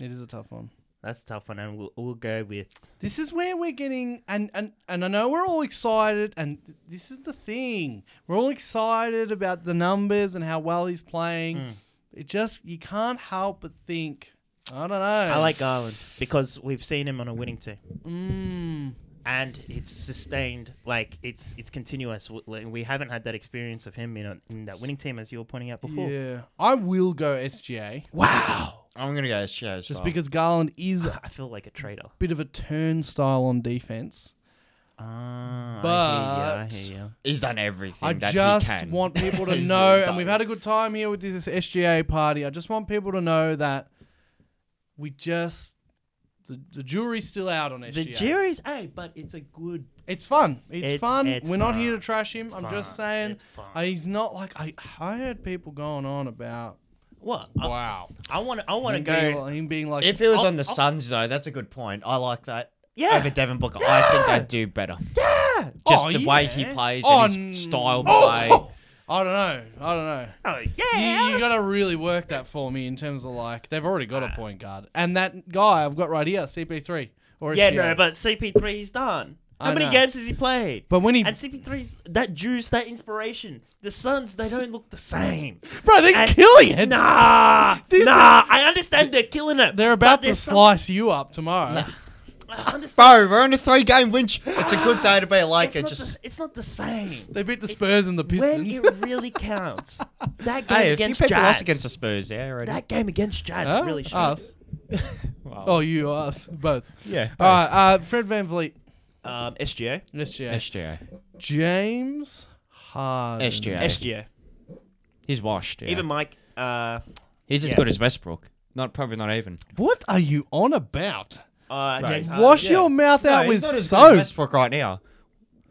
B: It is a tough one.
A: That's a tough one, and we'll, we'll go with
B: This is where we're getting, and, and, and I know we're all excited, and th- this is the thing. We're all excited about the numbers and how well he's playing.
C: Mm.
A: Mm.
B: It just, you can't help but think, I don't know.
A: I like Garland because we've seen him on a winning team,
B: Mm,
A: and it's sustained. Like it's it's continuous. W- like, We haven't had that experience of him in, a, in that winning team, as you were pointing out before.
B: yeah. I will go SGA
A: Wow.
C: I'm gonna go Shaz.
A: Ah,
B: just because Garland is a
A: I feel like a traitor.
B: bit of a turnstile on defense.
A: Ah, I
B: But-
A: hear you. I hear you.
C: He's done everything.
B: I
C: that he
B: just
C: can.
B: want people to
C: He's
B: know,
C: done
B: and we've had a good time here with this SGA party. I just want people to know that we just the, the jury's still out on SGA.
A: The jury's out, but it's a good.
B: It's fun. It's,
A: It's-
B: fun.
A: it's
B: We're not here to
A: fun.
B: trash him.
A: It's
B: I'm
A: fun.
B: just saying
A: It's fun.
B: uh, he's not like I. I heard people going on about
A: What?
B: wow.
A: I want to. I want to
B: Him
A: go. Oh,
B: being, like- him being like
C: If it was
A: I'll-
C: on the
A: I'll-
C: Suns, though, that's a good point. I like that.
A: Yeah.
C: Over Devin Booker, I think
A: Yeah.
C: they do better.
A: yeah.
C: Just
B: Oh,
C: the way he
B: yeah.
C: plays
B: Oh, n-
C: and his style
A: Oh.
B: I don't know. I don't know.
A: Oh
B: You,
A: yeah.
B: you gotta really work that for me in terms of like they've already got a point guard, and that guy I've got right here, CP3 or
A: yeah,
B: SGA.
A: no, but CP3 he's done. How
B: I
A: many
B: know.
A: games has he played?
B: But when he
A: and CP3's that juice, that inspiration. The Suns, they don't look the same.
B: Bro, they're
A: And-
B: killing it.
A: Nah, nah. I understand they're killing it.
B: They're about
A: but
B: to
A: there's some-
B: slice you up tomorrow.
A: I understand.
C: Bro, we're on a three-game win. streak. It's a good day to be
A: It's,
C: like it.
A: not
C: Just
A: the, it's not the same.
B: They beat the Spurs and the
A: when
B: Pistons.
A: it really counts, that game
C: hey, a few
A: against
C: people lost
A: Jazz.
C: against the Spurs. Yeah, already.
A: that game against Jazz
B: Huh?
A: really should.
B: us.
C: Wow.
B: Oh, you us both.
C: yeah.
B: All right, uh, Fred Van Vliet.
A: Um, SGA,
B: SGA.
C: SGA.
B: James Harden.
C: SGA.
A: SGA.
C: He's washed. Yeah.
A: Even Mike. Uh,
C: He's as
A: yeah.
C: good as Westbrook. Not probably not even.
B: What are you on about?
A: uh, James Harden.
B: Wash
C: yeah.
B: your mouth out
C: No,
B: with
C: he's not as good as
B: soap.
C: Westbrook right now.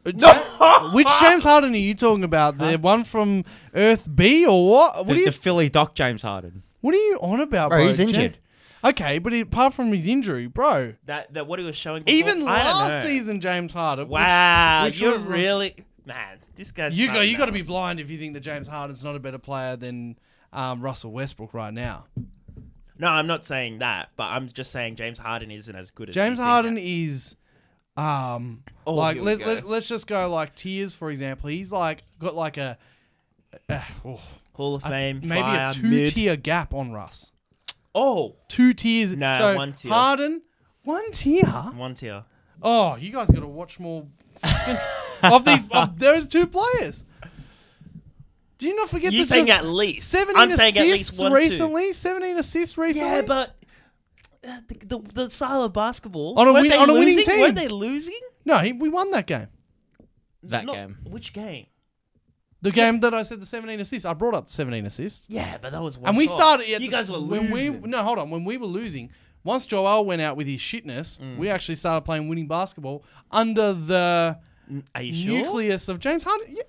A: No.
B: Which James Harden are you talking about? The one from Earth B or what? What
C: The,
B: are you,
C: the Philly Doc James Harden.
B: what are you on about, bro?
C: Bro, he's
B: Jam-
C: injured.
B: Okay, but apart from his injury, bro.
A: That that what he was showing. Before,
B: Even
A: I don't
B: last
A: know.
B: season, James Harden. which-
A: Wow,
B: which
A: you're
B: was the-
A: really man. This guy's
B: You go.
A: something
B: You got to be
A: else.
B: blind if you think that James Harden's not a better player than um, Russell Westbrook right now.
A: No, I'm not saying that, but I'm just saying James Harden isn't as good as you
B: James
A: think
B: Harden
A: that-
B: is, um, like
A: here we
B: let,
A: go.
B: let, us just go like tiers for example. He's like got like a, uh, oh,
A: Hall of Fame.
B: maybe
A: fire,
B: a two
A: mid.
B: tier gap on Russ.
A: Oh,
B: Two tiers.
A: Nah,
B: so
A: one tier.
B: Harden, one tier.
A: one tier.
B: Oh, you guys got to watch more of these. Of, there's two players. Do you not forget
A: You're
B: that
A: saying
B: just
A: at least.
B: 17
A: I'm
B: assists
A: saying at least one
B: recently? 17 assists
A: Two.
B: recently?
A: Yeah, but uh, the, the, the style of basketball
B: On a
A: weren't
B: win-
A: they
B: on a winning
A: losing?
B: team.
A: Weren't they losing?
B: No, he, we won that game.
C: That
A: Not-
C: game.
A: Which game?
B: The game that I said the 17 assists, I brought up 17 assists.
A: Yeah, but that was one.
B: And we
A: shot.
B: started. At
A: You
B: the-
A: guys were
B: when
A: losing.
B: we No, hold on. When we were losing, once Joel went out with his shitness,
A: Mm.
B: we actually started playing winning basketball under the
A: Are you sure?
B: nucleus of James Harden. Yeah.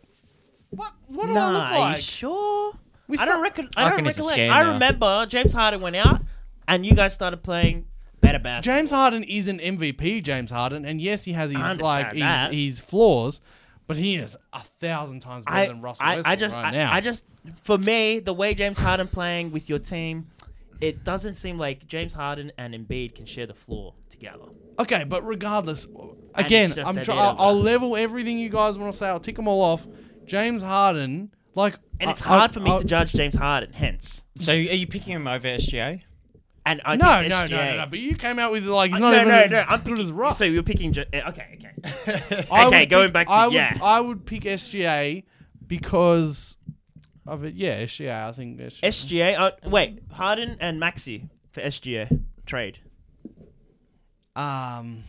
B: What, what do I
A: nah,
B: look
A: are you
B: like?
A: sure?
B: We
A: I don't
B: sa-
A: reckon. I don't
C: Reckon it's a
A: recollect.
C: scam
A: I
C: now.
A: remember James Harden went out, and you guys started playing better basketball.
B: James Harden is an MVP, James Harden, and yes, he has his
A: understand
B: like his,
A: that.
B: his flaws, but he is a thousand times better
A: I,
B: than Russell
A: I,
B: Westbrook
A: I just,
B: right
A: I,
B: now.
A: I just, for me, the way James Harden playing with your team, it doesn't seem like James Harden and Embiid can share the floor together.
B: Okay, but regardless, again,
A: it's just
B: I'm
A: a
B: try-
A: bit
B: I'll,
A: of a-
B: I'll level everything you guys want to say. I'll tick them all off. James Harden, like,
A: And
B: I-
A: it's hard
B: I-
A: for me
B: I-
A: to judge James Harden, hence.
C: So are you picking him over SGA?
A: And I
B: No,
A: think
B: no, no,
A: SGA
B: no, no. But you came out with like
A: Uh,
B: he's not
A: no,
B: even
A: no,
B: as
A: no, I'm
B: good
A: picking,
B: as Russ.
A: So you're picking. Ja- eh, Okay, okay.
B: I
A: Okay,
B: would
A: going
B: pick-
A: back to-
B: I would,
A: yeah.
B: I would pick SGA because of it. Yeah, SGA. I think SGA.
A: SGA. Uh, wait, Harden and Maxi for SGA trade.
B: Um,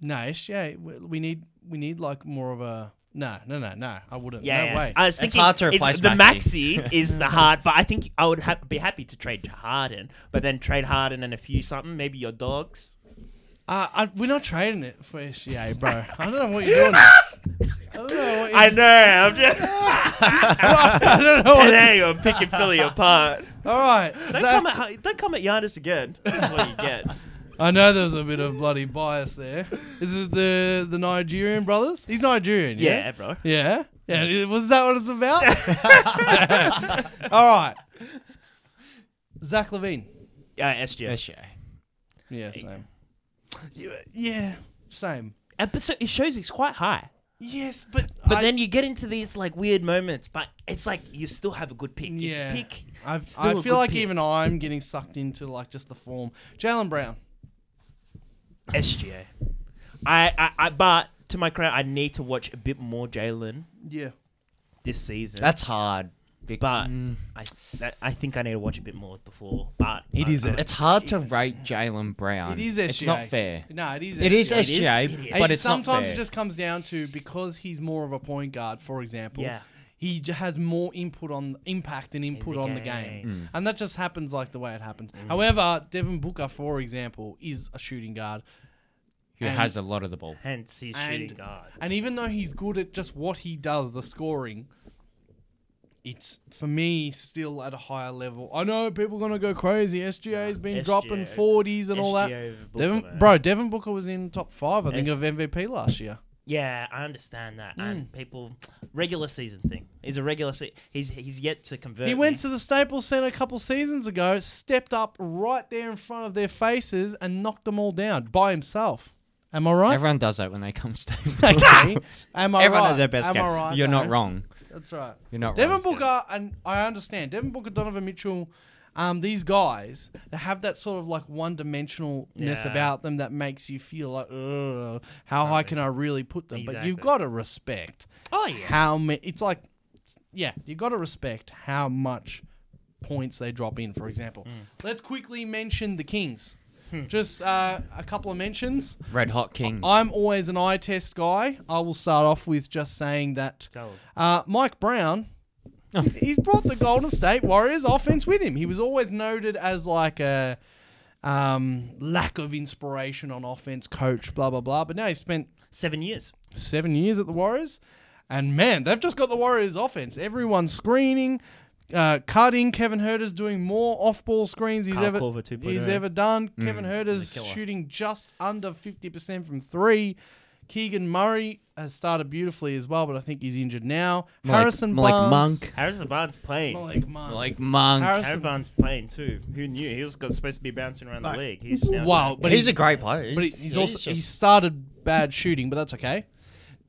B: no, SGA. We, we need we need like more of a no, no, no, no. I wouldn't.
A: Yeah,
B: no
A: yeah.
B: way.
A: I was
C: It's
A: thinking
C: hard to replace
A: the
C: Maxey.
A: Maxi is the hard, but I think I would ha- be happy to trade Harden, but then trade Harden and a few something, maybe your dogs.
B: Uh, I, we're not trading it for SGA, bro. I don't know what you're doing. I don't know what you're
A: I know. I'm just
B: I don't know what to-
A: today I'm picking Philly apart.
B: All right.
A: Don't
B: Zach-
A: come at don't come at Giannis again. That's what you get.
B: I know there was a bit of bloody bias there. Is it the the Nigerian brothers? He's Nigerian,
A: Yeah,
B: yeah?
A: bro.
B: Yeah? Yeah. it- Was that what it's about? All right. Zach Levine.
A: Yeah, SGA.
C: SGA.
B: Yeah, same. Yeah, same.
A: And but so it shows he's quite high.
B: Yes, but
A: But then you get into these like weird moments, but it's like you still have a good pick. If you
B: Yeah.
A: pick.
B: i
A: it's still
B: I
A: a
B: feel
A: good
B: like
A: pick.
B: even I'm getting sucked into like just the form. Jalen Brown.
A: SGA. I, I, I but to my credit, I need to watch a bit more Jalen
B: Yeah.
A: this season.
C: That's hard. Bec-
A: But
C: Mm.
A: I that, I think I need to watch a bit more before. But
B: It
A: I-
B: is
A: I-
B: a-
A: it
C: It's hard to rate Jalen Brown.
B: It is SGA.
C: Um, It's not fair.
B: No, it is.
C: It is
B: SGA.
C: SGA,
A: It is.
C: but
B: And
C: it's
B: sometimes
C: not fair.
B: it just comes down to because he's more of a point guard, for example.
A: Yeah.
B: He j- has more input on impact and input
A: the
B: on the
A: game. Mm.
B: game,
C: Mm.
B: and that just happens like the way it happens. However, Devin Booker, for example, is a shooting guard,
C: who
B: and-
C: has a lot of the ball.
A: hence his
B: and
A: shooting guard.
B: and even though he's good at just what he does, the scoring, it's for me still at a higher level. I know people are gonna go crazy. SGA's been
A: SGA.
B: dropping forties and all that.
A: SGA over Booker,
B: Devin,
A: man.
B: bro, Devin Booker was in top five, I think,
A: Eh.
B: of MVP last year.
A: Yeah, I understand that. And
B: Hmm.
A: people, regular season thing. He's a regular season. He's he's yet to convert.
B: He went
A: me.
B: to the Staples Center a couple seasons ago, stepped up right there in front of their faces, and knocked them all down by himself. Am I right?
C: Everyone does that when they come stable.
B: Okay. Am I
C: Everyone
B: right?
C: has their best
B: Am
C: game.
B: I right,
C: You're not
B: though?
C: wrong.
B: That's right.
C: You're not
B: Devin
C: wrong.
B: Booker, and I understand Devin Booker, Donovan Mitchell, um, these guys they have that sort of like one dimensionalness
A: Yeah.
B: about them that makes you feel like, Ugh, how high can I really put them? But you've
A: Exactly.
B: got to respect
A: Oh yeah.
B: how many. It's like, yeah, you got to respect how much points they drop in. For example,
A: Mm.
B: let's quickly mention the Kings.
A: Hmm.
B: Just uh, a couple of mentions.
C: Red Hot Kings.
B: I'm always an eye test guy. I will start off with just saying that
A: Go.
B: uh, Mike Brown, he- he's brought the Golden State Warriors offense with him. He was always noted as like a um, lack of inspiration on offense coach, blah, blah, blah. But now he spent
A: Seven years.
B: seven years at the Warriors. And man, they've just got the Warriors offense. Everyone's screening, uh, cutting. Kevin Herter's doing more off ball screens he's
A: Kyle
B: ever
A: Korver 2.0.
B: he's ever done. Kevin Herter's
A: He's a killer.
B: shooting just under 50% from three. Keegan Murray has started beautifully as well, but I think he's injured now. Harrison
C: like
B: Barnes.
C: Monk.
A: Harrison Barnes playing.
B: Malik Monk.
C: Like Monk.
A: Harrison
B: Harrison.
A: Barnes playing too. Who knew? He was got, supposed to be bouncing around the
C: Like-
A: league. He's now
B: Wow,
C: but
B: but
C: he's a great player.
B: But he-
C: He's-
B: he's, also
C: just-
B: he started bad shooting, but that's okay.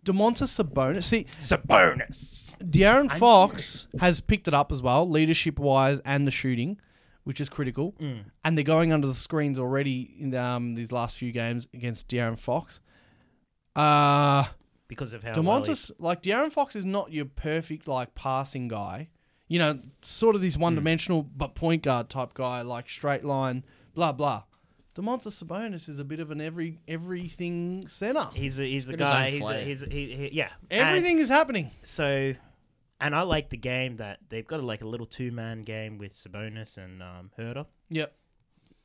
B: Demontis Sabonis, see Sabonis, De'Aaron Fox has picked it up as well, leadership wise and the shooting, which is critical. And they're going under the screens already in um, these last few games against De'Aaron Fox. Uh
A: because of how well he-
B: Demontis, like De'Aaron Fox, is not your perfect like passing guy. You know, sort of
A: Hmm.
B: this one-dimensional but point guard type guy, like straight line, blah blah. Demontis Sabonis is a bit of an every everything center.
A: He's a, he's the guy.
C: Got his own
A: He's, a,
C: flair.
A: he's a, he, he, yeah. And
B: Everything is happening.
A: so, and I like the game that they've got like a little two man game with Sabonis and um, Herder.
B: Yep.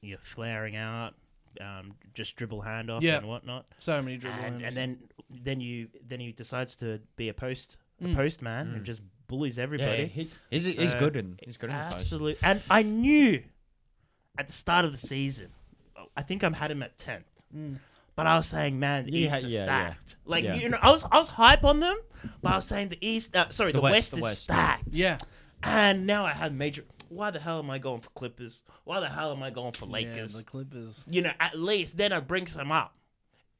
A: You're flaring out, um, just dribble handoff
B: Yeah.
A: and whatnot.
B: So many dribble
A: and,
B: moves.
A: and then then you then he decides to be a post a postman and just bullies
C: Mm. yeah,
A: everybody.
C: he- he's, he's
A: So-
C: good in he's good in the post.
A: Absolutely. And I knew at the start of the season, I think I am had him at tenth. But I was saying, man, the
C: You
A: East
C: ha-
A: is
C: yeah, yeah.
A: stacked. Like
C: Yeah.
A: you know, I was I was hype on them, but I was saying the East, uh, sorry, the,
C: West,
A: West,
C: the
A: is
C: West.
A: stacked.
B: yeah.
A: And now I have major. Why the hell am I going for Clippers? Why the hell am I going for Lakers?
B: Yeah, the Clippers.
A: you know, at least then I bring some up.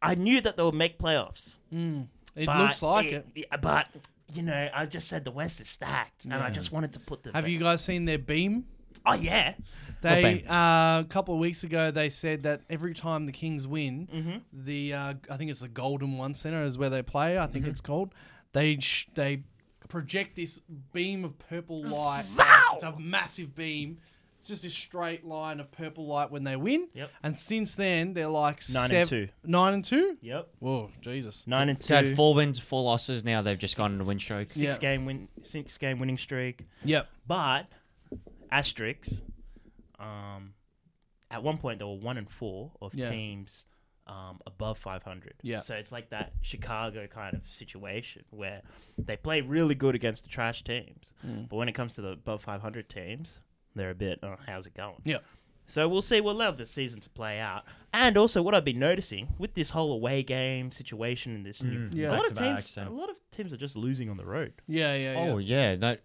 A: I knew that they would make playoffs.
B: It
A: But
B: looks like it.
A: yeah, But you know, I just said the West is stacked, and I just wanted to put the.
B: Have you guys seen their beam?
A: Oh yeah,
B: They
C: bang.
B: uh, a couple of weeks ago they said that every time the Kings win,
A: Mm-hmm.
B: the uh, I think it's the Golden One Center is where they play. I
A: Mm-hmm.
B: think it's called. They sh- they project this beam of purple light.
A: Zow!
B: It's a massive beam. It's just this straight line of purple light when they win.
A: Yep.
B: And since then they're like
A: Nine and
B: sev-
A: two.
B: Nine and two.
A: yep.
B: Whoa, Jesus.
A: Nine and
C: They
A: two,
C: had four wins, four losses. Now they've just gone on a win streak.
A: six
B: Yeah.
A: game win, six game winning streak.
B: Yep.
A: But asterisks, um, at one point they were one and four of
B: Yeah.
A: teams. Um, above 500.
B: Yeah.
A: So it's like that Chicago kind of situation where they play really good against the trash teams.
B: Hmm.
A: But when it comes to the above 500 teams, they're a bit, oh, how's it going?
B: Yep.
A: So we'll see. We'll allow the season to play out. And also, what I've been noticing with this whole away game situation and this, new,
B: Yeah.
A: a lot
C: Mm, Back
A: of
C: to back,
A: teams, a
C: so-
A: lot of teams are just losing on the road.
B: Yeah, yeah, yeah.
C: Oh yeah, no,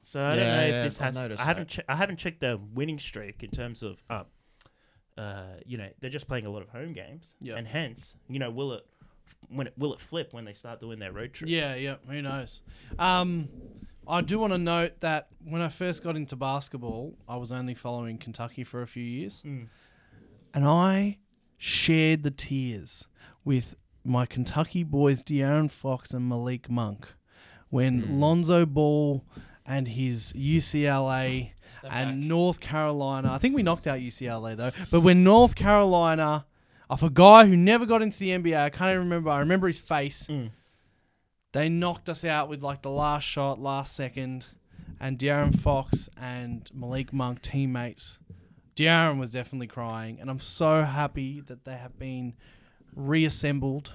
A: So I don't
C: Yeah,
A: know
C: yeah,
A: if this
C: I've
A: has.
C: noticed
A: I haven't.
C: that.
A: Che- I haven't checked their winning streak in terms of, uh, uh, you know, they're just playing a lot of home games,
B: Yeah.
A: and hence, you know, will it, when it will it flip when they start doing their road trip?
B: Yeah, yeah. Who knows? Um, I do want to note that when I first got into basketball, I was only following Kentucky for a few years,
A: Mm.
B: and I shared the tears with my Kentucky boys, De'Aaron Fox and Malik Monk, when Lonzo Ball and his UCLA and North Carolina. I think we knocked out UCLA though, but when North Carolina, off a guy who never got into the NBA, I can't even remember. I remember his face. They knocked us out with like the last shot, last second, and De'Aaron Fox and Malik Monk teammates. De'Aaron was definitely crying, and I'm so happy that they have been reassembled.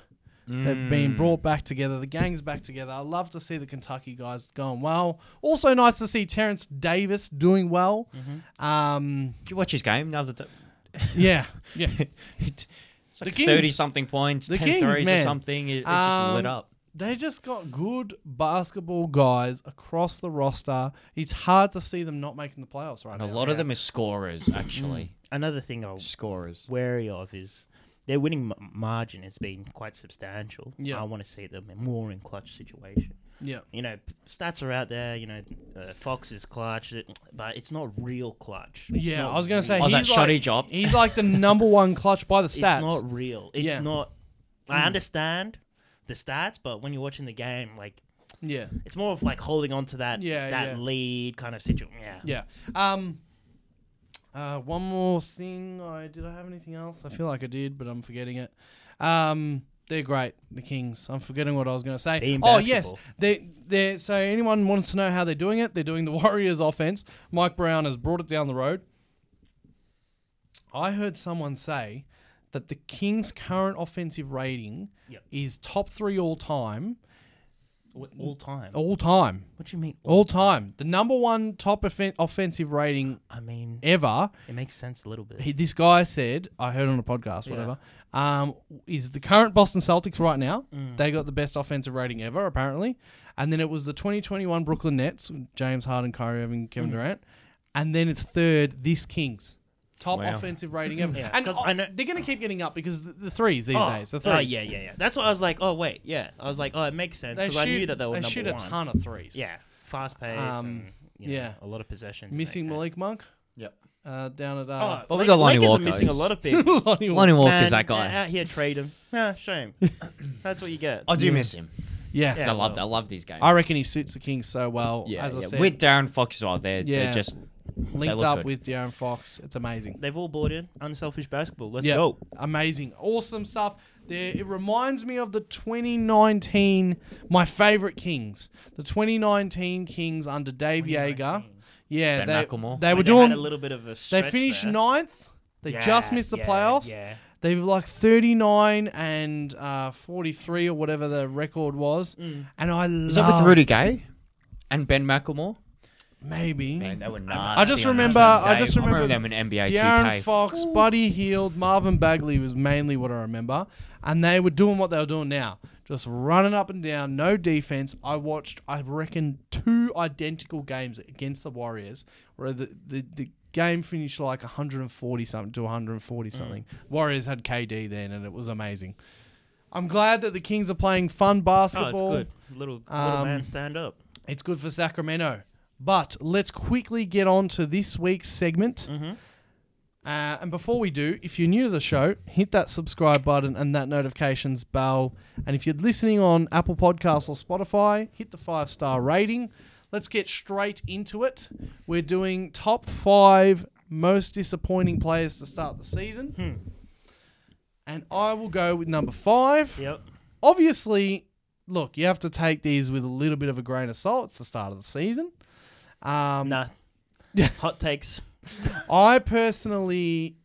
B: They've been
C: Mm.
B: brought back together. The gang's back together. I love to see the Kentucky guys going well. Also, nice to see Terrence Davis doing well.
C: Mm-hmm.
B: Um,
C: Did you watch his game? Now that
B: yeah, yeah.
C: it's like
B: Kings-
C: thirty something points,
B: the
C: 10
B: Kings,
C: threes
B: man.
C: or something. It, it just
B: Um,
C: lit up.
B: They just got good basketball guys across the roster. It's hard to see them not making the playoffs right
C: And
B: now.
C: a lot of them are scorers, actually.
B: Hmm.
A: Another thing I'll
C: scorers.
A: wary of is their winning m- margin has been quite substantial.
B: Yeah.
A: I want to see them in more in clutch situation.
B: Yeah.
A: You know, p- stats are out there. You know, uh, Fox is clutch, it- but it's not real clutch. It's
B: Yeah,
A: not
B: I was gonna say
A: real.
C: Oh, that
B: he's
C: shot
B: like,
C: he dropped.
B: He's like the number one clutch by the
A: it's
B: stats.
A: not real. It's
B: Yeah. Mm.
A: not. I understand the stats, but when you're watching the game, like
B: yeah,
A: it's more of like holding on to that
B: Yeah,
A: that
B: yeah.
A: lead kind of situation. Yeah.
B: yeah. Um, uh, one more thing. I did I have anything else? I feel like I did, but I'm forgetting it. Um, they're great, the Kings. I'm forgetting what I was gonna say.
A: Being
B: oh yes,
A: basketball.
B: they they. So anyone wants to know how they're doing it? They're doing the Warriors offense. Mike Brown has brought it down the road. I heard someone say that the Kings' current offensive rating
A: Yep.
B: is top three all time.
A: All time.
B: All time.
A: What do you mean?
B: All time. The number one top offen- offensive rating
A: I mean,
B: ever.
A: it makes sense a little bit.
B: He, this guy said, I heard on a podcast, whatever, um, is the current Boston Celtics right now.
A: Mm.
B: They got the best offensive rating ever, apparently. And then it was the 2021 Brooklyn Nets, James Harden, Kyrie Irving,
A: Mm.
B: Kevin Durant. And then it's third, this Kings. Top
C: Wow.
B: offensive rating ever.
A: Yeah,
B: and
A: 'cause
B: oh,
A: I know-
B: they're going to keep getting up because the, the threes these
A: Oh,
B: days. The
A: oh,
B: threes.
A: yeah, yeah, yeah. That's what I was like. Oh wait, yeah. I was like, oh, it makes sense
B: They
A: because
B: shoot,
A: I knew that they were
B: they
A: number
B: shoot
A: one.
B: a ton of threes.
A: Yeah, fast pace.
B: Um,
A: and, you know,
B: yeah.
A: a lot of possessions. and
B: Missing
A: that kind
B: Malik Monk
C: Yep.
B: uh, down at.
A: of-
B: Uh,
A: Oh,
C: But we
A: Lake-
C: got Lonnie
A: Lakers are
C: Walker.
A: missing a lot of people.
B: Lonnie Walker.
C: Lonnie Walker's
A: Man,
C: that guy.
A: Out here, trade him. Yeah, shame. That's what you get.
C: I do miss him.
B: Yeah.
C: 'cause
A: Yeah,
C: I loved.
A: well.
C: I loved these games.
B: I reckon he suits the Kings so well.
C: yeah,
B: as I
C: yeah.
B: said,
C: with Darren Fox as well. They're,
B: Yeah.
C: they're just
B: linked
C: look
B: up
C: good.
B: with De'Aaron Fox. It's amazing.
A: They've all bought in. Unselfish basketball. Let's
B: Yeah,
A: go.
B: amazing, awesome stuff. There, it reminds me of the 2019, my favorite Kings, the 2019 Kings under Dave Yeager.
A: 2019.
B: Yeah,
C: Ben
B: they,
C: McLemore.
B: they were
A: Like, they
B: doing.
A: had a little bit of a.
B: they
A: stretch
B: finished
A: there.
B: ninth. They
A: Yeah,
B: just missed the
A: yeah,
B: playoffs.
A: Yeah.
B: They were like 39 and uh, 43 or whatever the record was.
A: Mm.
B: And I
C: Was that with Rudy Gay and Ben McElmore?
B: Maybe.
C: Man, they were nasty.
B: I just
C: on
B: remember-
C: that Wednesday.
B: I just remember
C: them in NBA
B: De'Aaron
C: 2K.
B: Fox, Buddy Heald, Marvin Bagley was mainly what I remember, and they were doing what they were doing now, just running up and down, no defense. I watched, I reckon, two identical games against the Warriors, where the the, the game finished like 140 something to 140 something.
A: Mm.
B: Warriors had KD then, and it was amazing. I'm glad that the Kings are playing
A: Oh,
B: fun
A: it's
B: basketball.
A: good. Little little
B: Um,
A: man, stand up.
B: It's good for Sacramento. But let's quickly get on to this week's segment. Uh, and before we do, if you're new to the show, hit that subscribe button and that notifications bell. And if you're listening on Apple Podcasts or Spotify, hit the five star rating. Let's get straight into it. We're doing top five most disappointing players to start the season. And I will go with number five
A: Yep.
B: obviously, look, you have to take these with a little bit of a grain of salt. It's the start of the season. Um,
A: Nah. Hot takes.
B: I personally,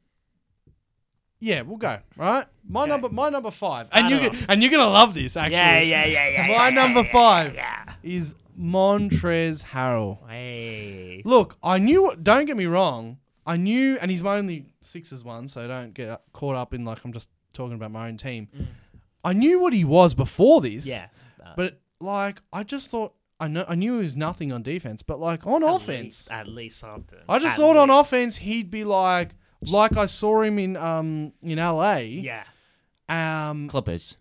B: yeah, we'll go. Right, my number, my number five, and you,
A: Start it
B: can- and you're gonna love this actually.
A: Yeah, yeah, yeah, yeah.
B: My number five
A: yeah.
B: is Montrez Harrell.
A: Hey.
B: Look, I knew. Don't get me wrong. I knew, and he's my only sixes one, so don't get caught up in like I'm just talking about my own team. I knew what he was before this.
A: Mm. Yeah. Uh,
B: But like, I just thought I know I knew he was nothing on defense, but like on
A: at
B: offense,
A: least- at least something.
B: I just
A: At
B: thought on
A: least.
B: offense he'd be like like I saw him in um in LA.
A: Yeah.
B: Um.
C: Clippers.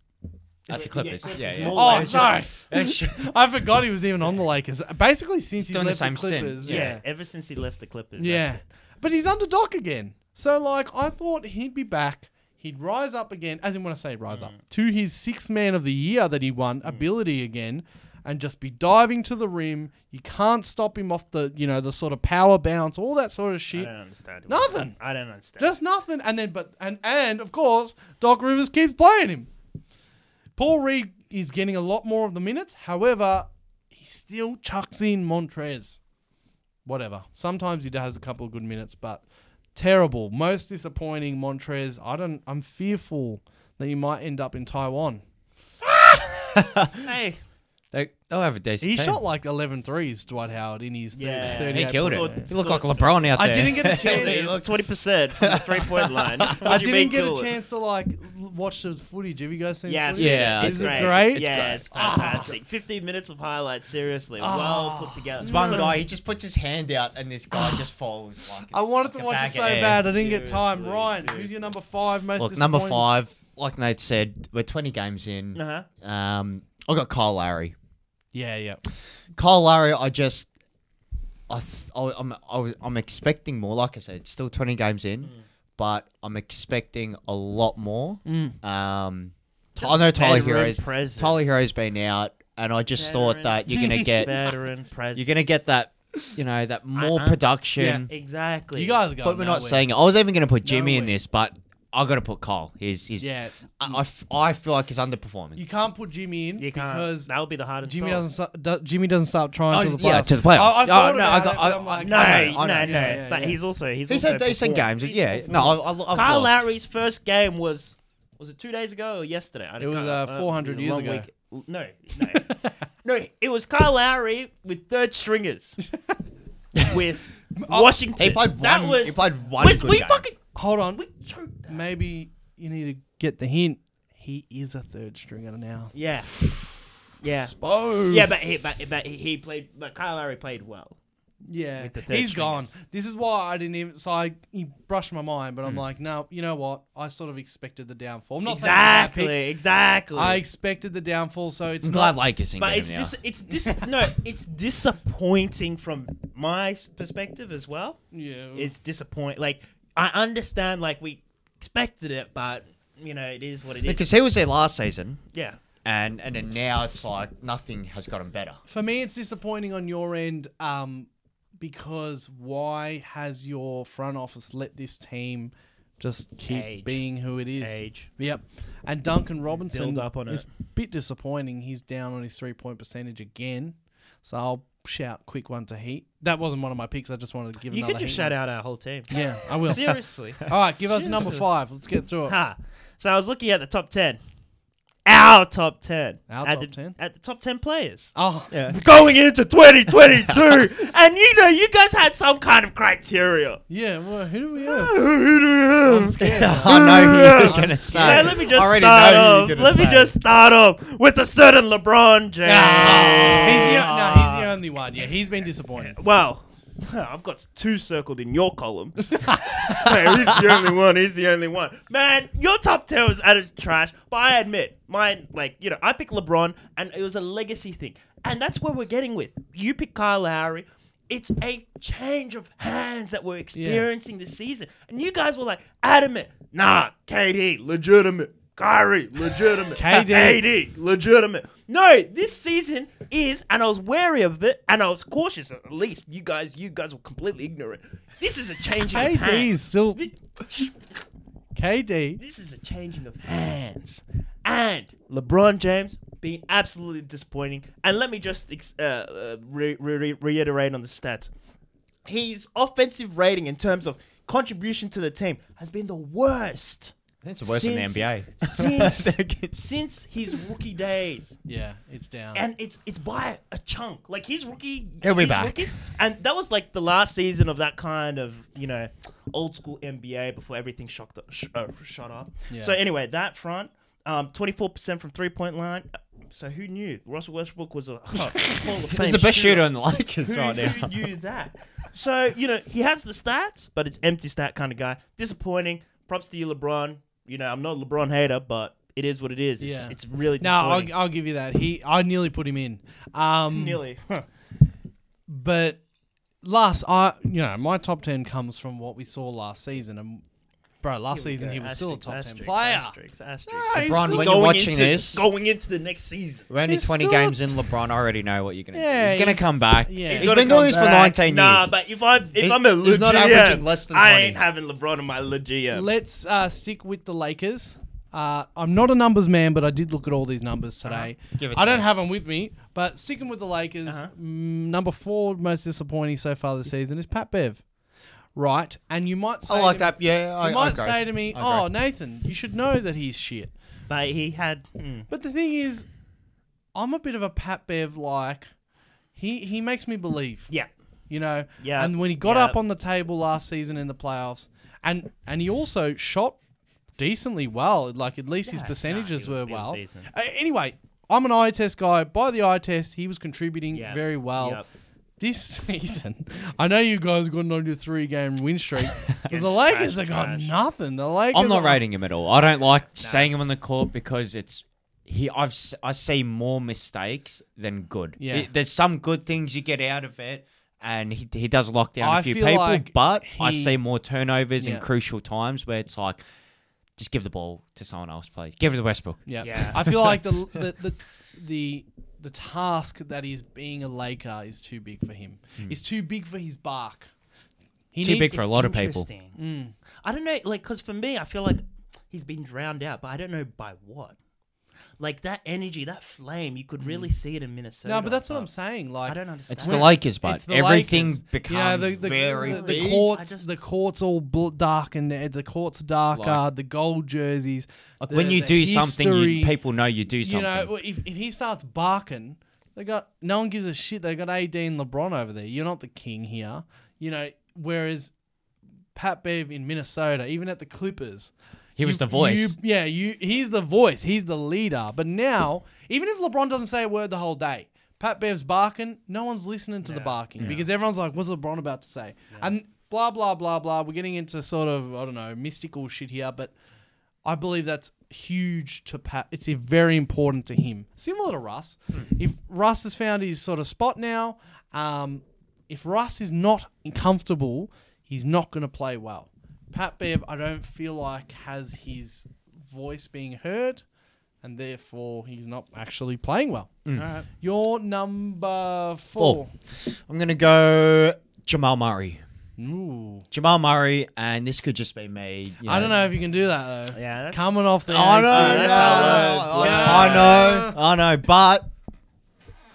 C: That's the Clippers. Yeah, yeah.
A: More
B: Oh,
A: Lakers.
B: sorry.
C: That's-
B: I forgot he was even on the Lakers. Basically, since he's
C: doing the
B: left the,
C: same stint.
B: Clippers,
A: Yeah.
B: yeah,
A: Ever since he left the Clippers.
B: yeah.
A: Yeah.
B: But he's under Doc again. So like, I thought he'd be back. He'd rise up again, as in when I say rise up to his sixth man of the year that he won ability again, and just be diving to the rim. You can't stop him off the, you know, the sort of power bounce, all that sort of
A: I
B: shit.
A: don't understand.
B: Nothing.
A: I don't understand.
B: Just nothing. And then, but and and of course, Doc Rivers keeps playing him. Paul Reed is getting a lot more of the minutes. However, he still chucks in Montrez. Whatever. Sometimes he has a couple of good minutes, but terrible. Most disappointing, Montrez. I don't. I'm fearful that you might end up in Taiwan.
A: hey,
C: They, they'll have a decent
B: He
C: team.
B: shot like 11 threes, Dwight Howard, in his
A: Yeah.
B: 30,
C: He
B: 38
C: killed
A: Scored-
C: it. He looked like LeBron out there.
B: I didn't get a chance.
C: He looked-
A: twenty percent from the three-point line.
B: I didn't get a chance to like l- watch his footage. Have you guys seen?
A: Yeah,
B: the
A: I've
B: footage?
A: seen
C: Yeah,
A: it.
B: Is
A: it's
B: it
A: great.
B: great?
A: Yeah, it's,
B: It's
C: Ah.
A: fantastic. Fifteen minutes of highlights. Seriously, well put together.
C: There's Ah. one guy, he just puts his hand out and this guy just falls. Like
B: I wanted to watch it so bad. I didn't get time.
A: Seriously,
B: Ryan, who's your number five most?
C: Look, number
B: disappointing?
C: five, like Nate said, we're 20 games in.
A: Uh-huh.
C: Um, I got Kyle Lowry.
B: Yeah, yeah.
C: Kyle Lowry, I just, I, th- I I'm, I was, I'm expecting more. Like I said, it's still 20 games
B: Mm.
C: in, but I'm expecting a lot more.
A: Mm.
C: Um, t- I know Tyler
A: veteran
C: Hero's,
A: presence.
C: Tyler Hero's been out, and I just
A: Veteran-
C: thought that you're gonna get,
A: Veteran presence.
C: you're gonna get that, you know, that more
A: uh,
C: production.
A: exactly.
B: You guys are going.
C: but we're not
B: nowhere.
C: saying it. I was even gonna put Jimmy in
B: Nowhere.
C: this, but I gotta put Kyle. He's, he's,
B: Yeah,
C: I, I f- I feel like he's underperforming.
B: you can't put Jimmy in
A: You can't.
B: because
A: that would be the hardest.
B: Jimmy
A: sell.
B: doesn't. Start, do, Jimmy doesn't start trying
C: Oh,
B: till the playoffs.
C: yeah, to the playoffs.
B: I, I
C: Oh,
B: thought
C: no, I
B: about
C: got-
B: it,
C: I-
B: but I'm
C: I-
B: like,
A: No,
C: I know, I
A: no,
C: know.
A: no.
B: Yeah, yeah,
A: but
B: yeah.
A: he's also he's,
C: He's
A: also
C: had decent
A: performed.
C: games.
A: He's
C: Yeah,
A: performed.
C: no, I, I, I've
A: Kyle
C: liked-
A: Lowry's first game was was it two days ago or yesterday? I
B: It was,
A: can't-
B: uh,
A: uh,
B: 400 years
A: long
B: ago.
A: week- No, no, no. It was Kyle Lowry with third stringers with Washington.
C: He played one.
A: that was
C: he played one
A: we,
C: good
A: we
C: game.
A: fucking
B: hold on. We-
A: choked that.
B: Maybe you need to get the hint. He is a third stringer now.
A: Yeah, yeah,
B: Spose.
A: yeah. But he, but, but he- he played. But Kyle Lowry played well.
B: Yeah,
A: with the third
B: he's
A: stringers.
B: gone. This is why I didn't even. So I he brushed my mind,
A: Mm.
B: but I'm like, no, you know what? I sort of expected the downfall. I'm not saying it's my pick.
A: Exactly, exactly.
B: I expected the downfall, so it's
C: I'm
B: not.
C: glad Lakers didn't
A: But
C: get
A: it's
C: him
A: dis-
C: now.
A: it's dis- no, it's disappointing from my s- perspective as well.
B: yeah,
A: It's disappointing. Like I understand, like we expected it, but you know it is what it is.
C: Because he was there last season,
A: yeah,
C: and and then now it's like nothing has gotten better.
B: for me, it's disappointing on your end, um, because why has your front office let this team just keep
A: Age.
B: being who it is?
A: Age.
B: Yep. And Duncan Robinson
A: Build up on
B: is
A: it.
B: a bit disappointing. He's down on his three point percentage again. So I'll shout quick one to Heat. That wasn't one of my picks. I just wanted to give
A: you
B: another
A: could just
B: Heat
A: shout
B: one.
A: out our whole team.
B: Yeah, I will.
A: Seriously,
B: All right, give us number five. Let's get through it.
A: ha. So I was looking at the top ten, our top ten,
B: Our
A: at
B: top
A: the,
B: 10?
A: at the top ten players.
B: Oh,
C: Yeah.
A: Going into 2022, and you know, you guys had some kind of criteria.
B: yeah. Well, who do we have?
A: I'm
B: scared.
C: I know who you're gonna
B: I'm
C: say.
A: Yeah, let me just
C: I already
A: start
C: know who
A: off.
C: you're gonna
A: Let me
C: say.
A: just start off with a certain LeBron James.
B: He's the, no, he's the only one. Yeah, he's been disappointed.
A: well, I've got two circled in your column. so he's the only one. He's the only one. Man, your top ten was out of trash. But I admit, mine, like you know, I picked LeBron, and it was a legacy thing, and that's where we're getting with. You pick Kyle Lowry. It's a change of hands that we're experiencing this season, and you guys were like adamant. Nah, KD, legitimate. Kyrie, legitimate.
B: KD.
A: KD, legitimate. No, this season is, and I was wary of it, and I was cautious. At least you guys, you guys were completely ignorant. This is a changing of
B: KD is
A: hands.
B: still
A: Thi-
B: KD.
A: This is a changing of hands, and LeBron James being absolutely disappointing. And let me just ex- uh, uh, re- re- re- reiterate on the stats. His offensive rating in terms of contribution to the team has been the worst
C: That's worse
A: since-
C: than the
A: since, since his rookie days,
B: Yeah, it's down.
A: and it's it's by a chunk. Like his rookie,
C: He'll be
A: his
C: back.
A: rookie- and that was like the last season of that kind of you know old school NBA before everything shocked up, sh- uh, shut up.
B: Yeah.
A: So anyway, that front. Um, twenty-four percent from three-point line. So who knew Russell Westbrook was a Hall of
C: NBA.
A: Fame
C: He's the best shooter in the Lakers
A: who,
C: right
A: who
C: now.
A: knew that? So, you know, he has the stats, but it's empty stat kind of guy. Disappointing. Props to you, LeBron. You know, I'm not a LeBron hater, but it is what it is. It's,
B: Yeah.
A: it's really
B: no,
A: disappointing.
B: I'll, I'll give you that. He, I nearly put him in. Um,
A: Nearly.
B: but last, I, you know, my top ten comes from what we saw last season, and Bro, last
A: Here we
B: season
A: go.
B: he was still a
A: Asterisk,
B: top ten
A: asterisk,
B: player.
A: Asterisk, asterisk.
B: Nice.
C: LeBron,
B: still
C: when
A: Going
C: you're watching
A: into-
C: this,
A: going into the next season.
C: we're only
B: He's
C: 20
B: still
C: games
B: a-
C: in. LeBron, I already know what you're gonna.
B: Yeah,
C: do. he's gonna
B: he's-
C: come back.
B: yeah. He's
C: he's
A: gotta
C: been doing
A: come
C: this for
A: back.
C: 19
A: Nah,
C: years.
A: but if I if
C: He-
A: I'm a
C: he's not
A: legit-
C: averaging less than
A: I
C: 20.
A: ain't having LeBron on my legit.
B: Let's uh, stick with the Lakers. Uh, I'm not a numbers man, but I did look at all these numbers today.
C: Give it
B: I
C: to
B: don't
C: me.
B: have them with me, but sticking with the Lakers,
A: Uh-huh.
B: mm, number four most disappointing so far this season is Pat Bev. Right, and you might say
C: I
B: to
C: like
B: me-
C: that. Yeah, I,
B: You
C: I
B: might
C: agree.
B: say to me,
C: I
B: "Oh,
C: agree.
B: Nathan, you should know that he's shit."
A: But he had. hmm.
B: But the thing is, I'm a bit of a Pat Bev like. He he makes me believe,
A: Yeah.
B: you know.
A: Yeah,
B: And when he got
A: yeah.
B: up on the table last season in the playoffs, and and he also shot decently well. Like at least his
A: Yeah,
B: percentages
A: no, he was-
B: were
A: he was
B: well.
A: decent.
B: Uh, anyway, I'm an eye test guy. By the eye test, he was contributing
A: Yeah,
B: very well.
A: yep.
B: This season, I know you guys have gone on your three game win streak, but the
A: Against
B: Lakers
A: trash,
B: have got
A: trash.
B: nothing. The Lakers
C: I'm not
B: are-
C: rating him at all. I don't like seeing him on the court because it's he. I've s- I see more mistakes than good.
B: Yeah.
C: It- there's some good things you get out of it, and he he does lock down a
B: I
C: few
B: feel
C: people,
B: like
C: but I
B: he-
C: see more turnovers
B: Yeah.
C: in crucial times where it's like. Just give the ball to someone else, please. Give it to Westbrook.
B: Yeah.
A: Yeah.
B: I feel like the, the the the the task that is being a Laker is too big for him. It's too big for his bark. He
C: Hmm. Too
B: needs-
C: big for a lot of people.
A: Interesting. Mm. I don't know, like, because for me, I feel like he's been drowned out, but I don't know by what. Like that energy, that flame, you could really see it in Minnesota.
B: No, but that's what I'm saying. Like
A: I don't understand.
C: It's the Lakers, but
B: it's the
C: everything
B: Lakers.
C: becomes
B: Yeah, the, the,
C: very
B: the,
C: big.
B: The courts,
A: I just-
B: the courts all bl- dark and the, the courts are darker.
C: Like-
B: the gold jerseys.
C: Like,
B: the-
C: when you
B: the
C: do something,
B: history.
C: you, people know you do
B: you
C: something.
B: know, if, if he starts barking, they got no one gives a shit. They got AD and LeBron over there. You're not the king here. You know, whereas Pat Bev in Minnesota, even at the Clippers,
C: he was
B: you-
C: the voice.
B: you- yeah, you. He's the voice. He's the leader. But now, even if LeBron doesn't say a word the whole day, Pat Bev's barking. No one's listening to the barking because everyone's like, "What's LeBron about to say?" And blah blah blah blah. We're getting into sort of I don't know mystical shit here, but I believe that's huge to Pat. It's uh, very important to him. Similar to Russ,
C: Hmm.
B: if Russ has found his sort of spot now, um, if Russ is not comfortable, he's not going to play well. Pat Bev, I don't feel like has his voice being heard, and therefore he's not actually playing well.
C: Hmm.
A: Alright.
B: Your number four.
C: Four. I'm gonna go Jamal Murray.
B: Ooh.
C: Jamal Murray, and this could just be me. you
B: I don't know if you can do that though.
A: Yeah, that's-
B: Coming off the.
C: I know,
B: AC,
A: that's
C: I
A: a
C: know,
A: lot.
C: I know, I know, I know, but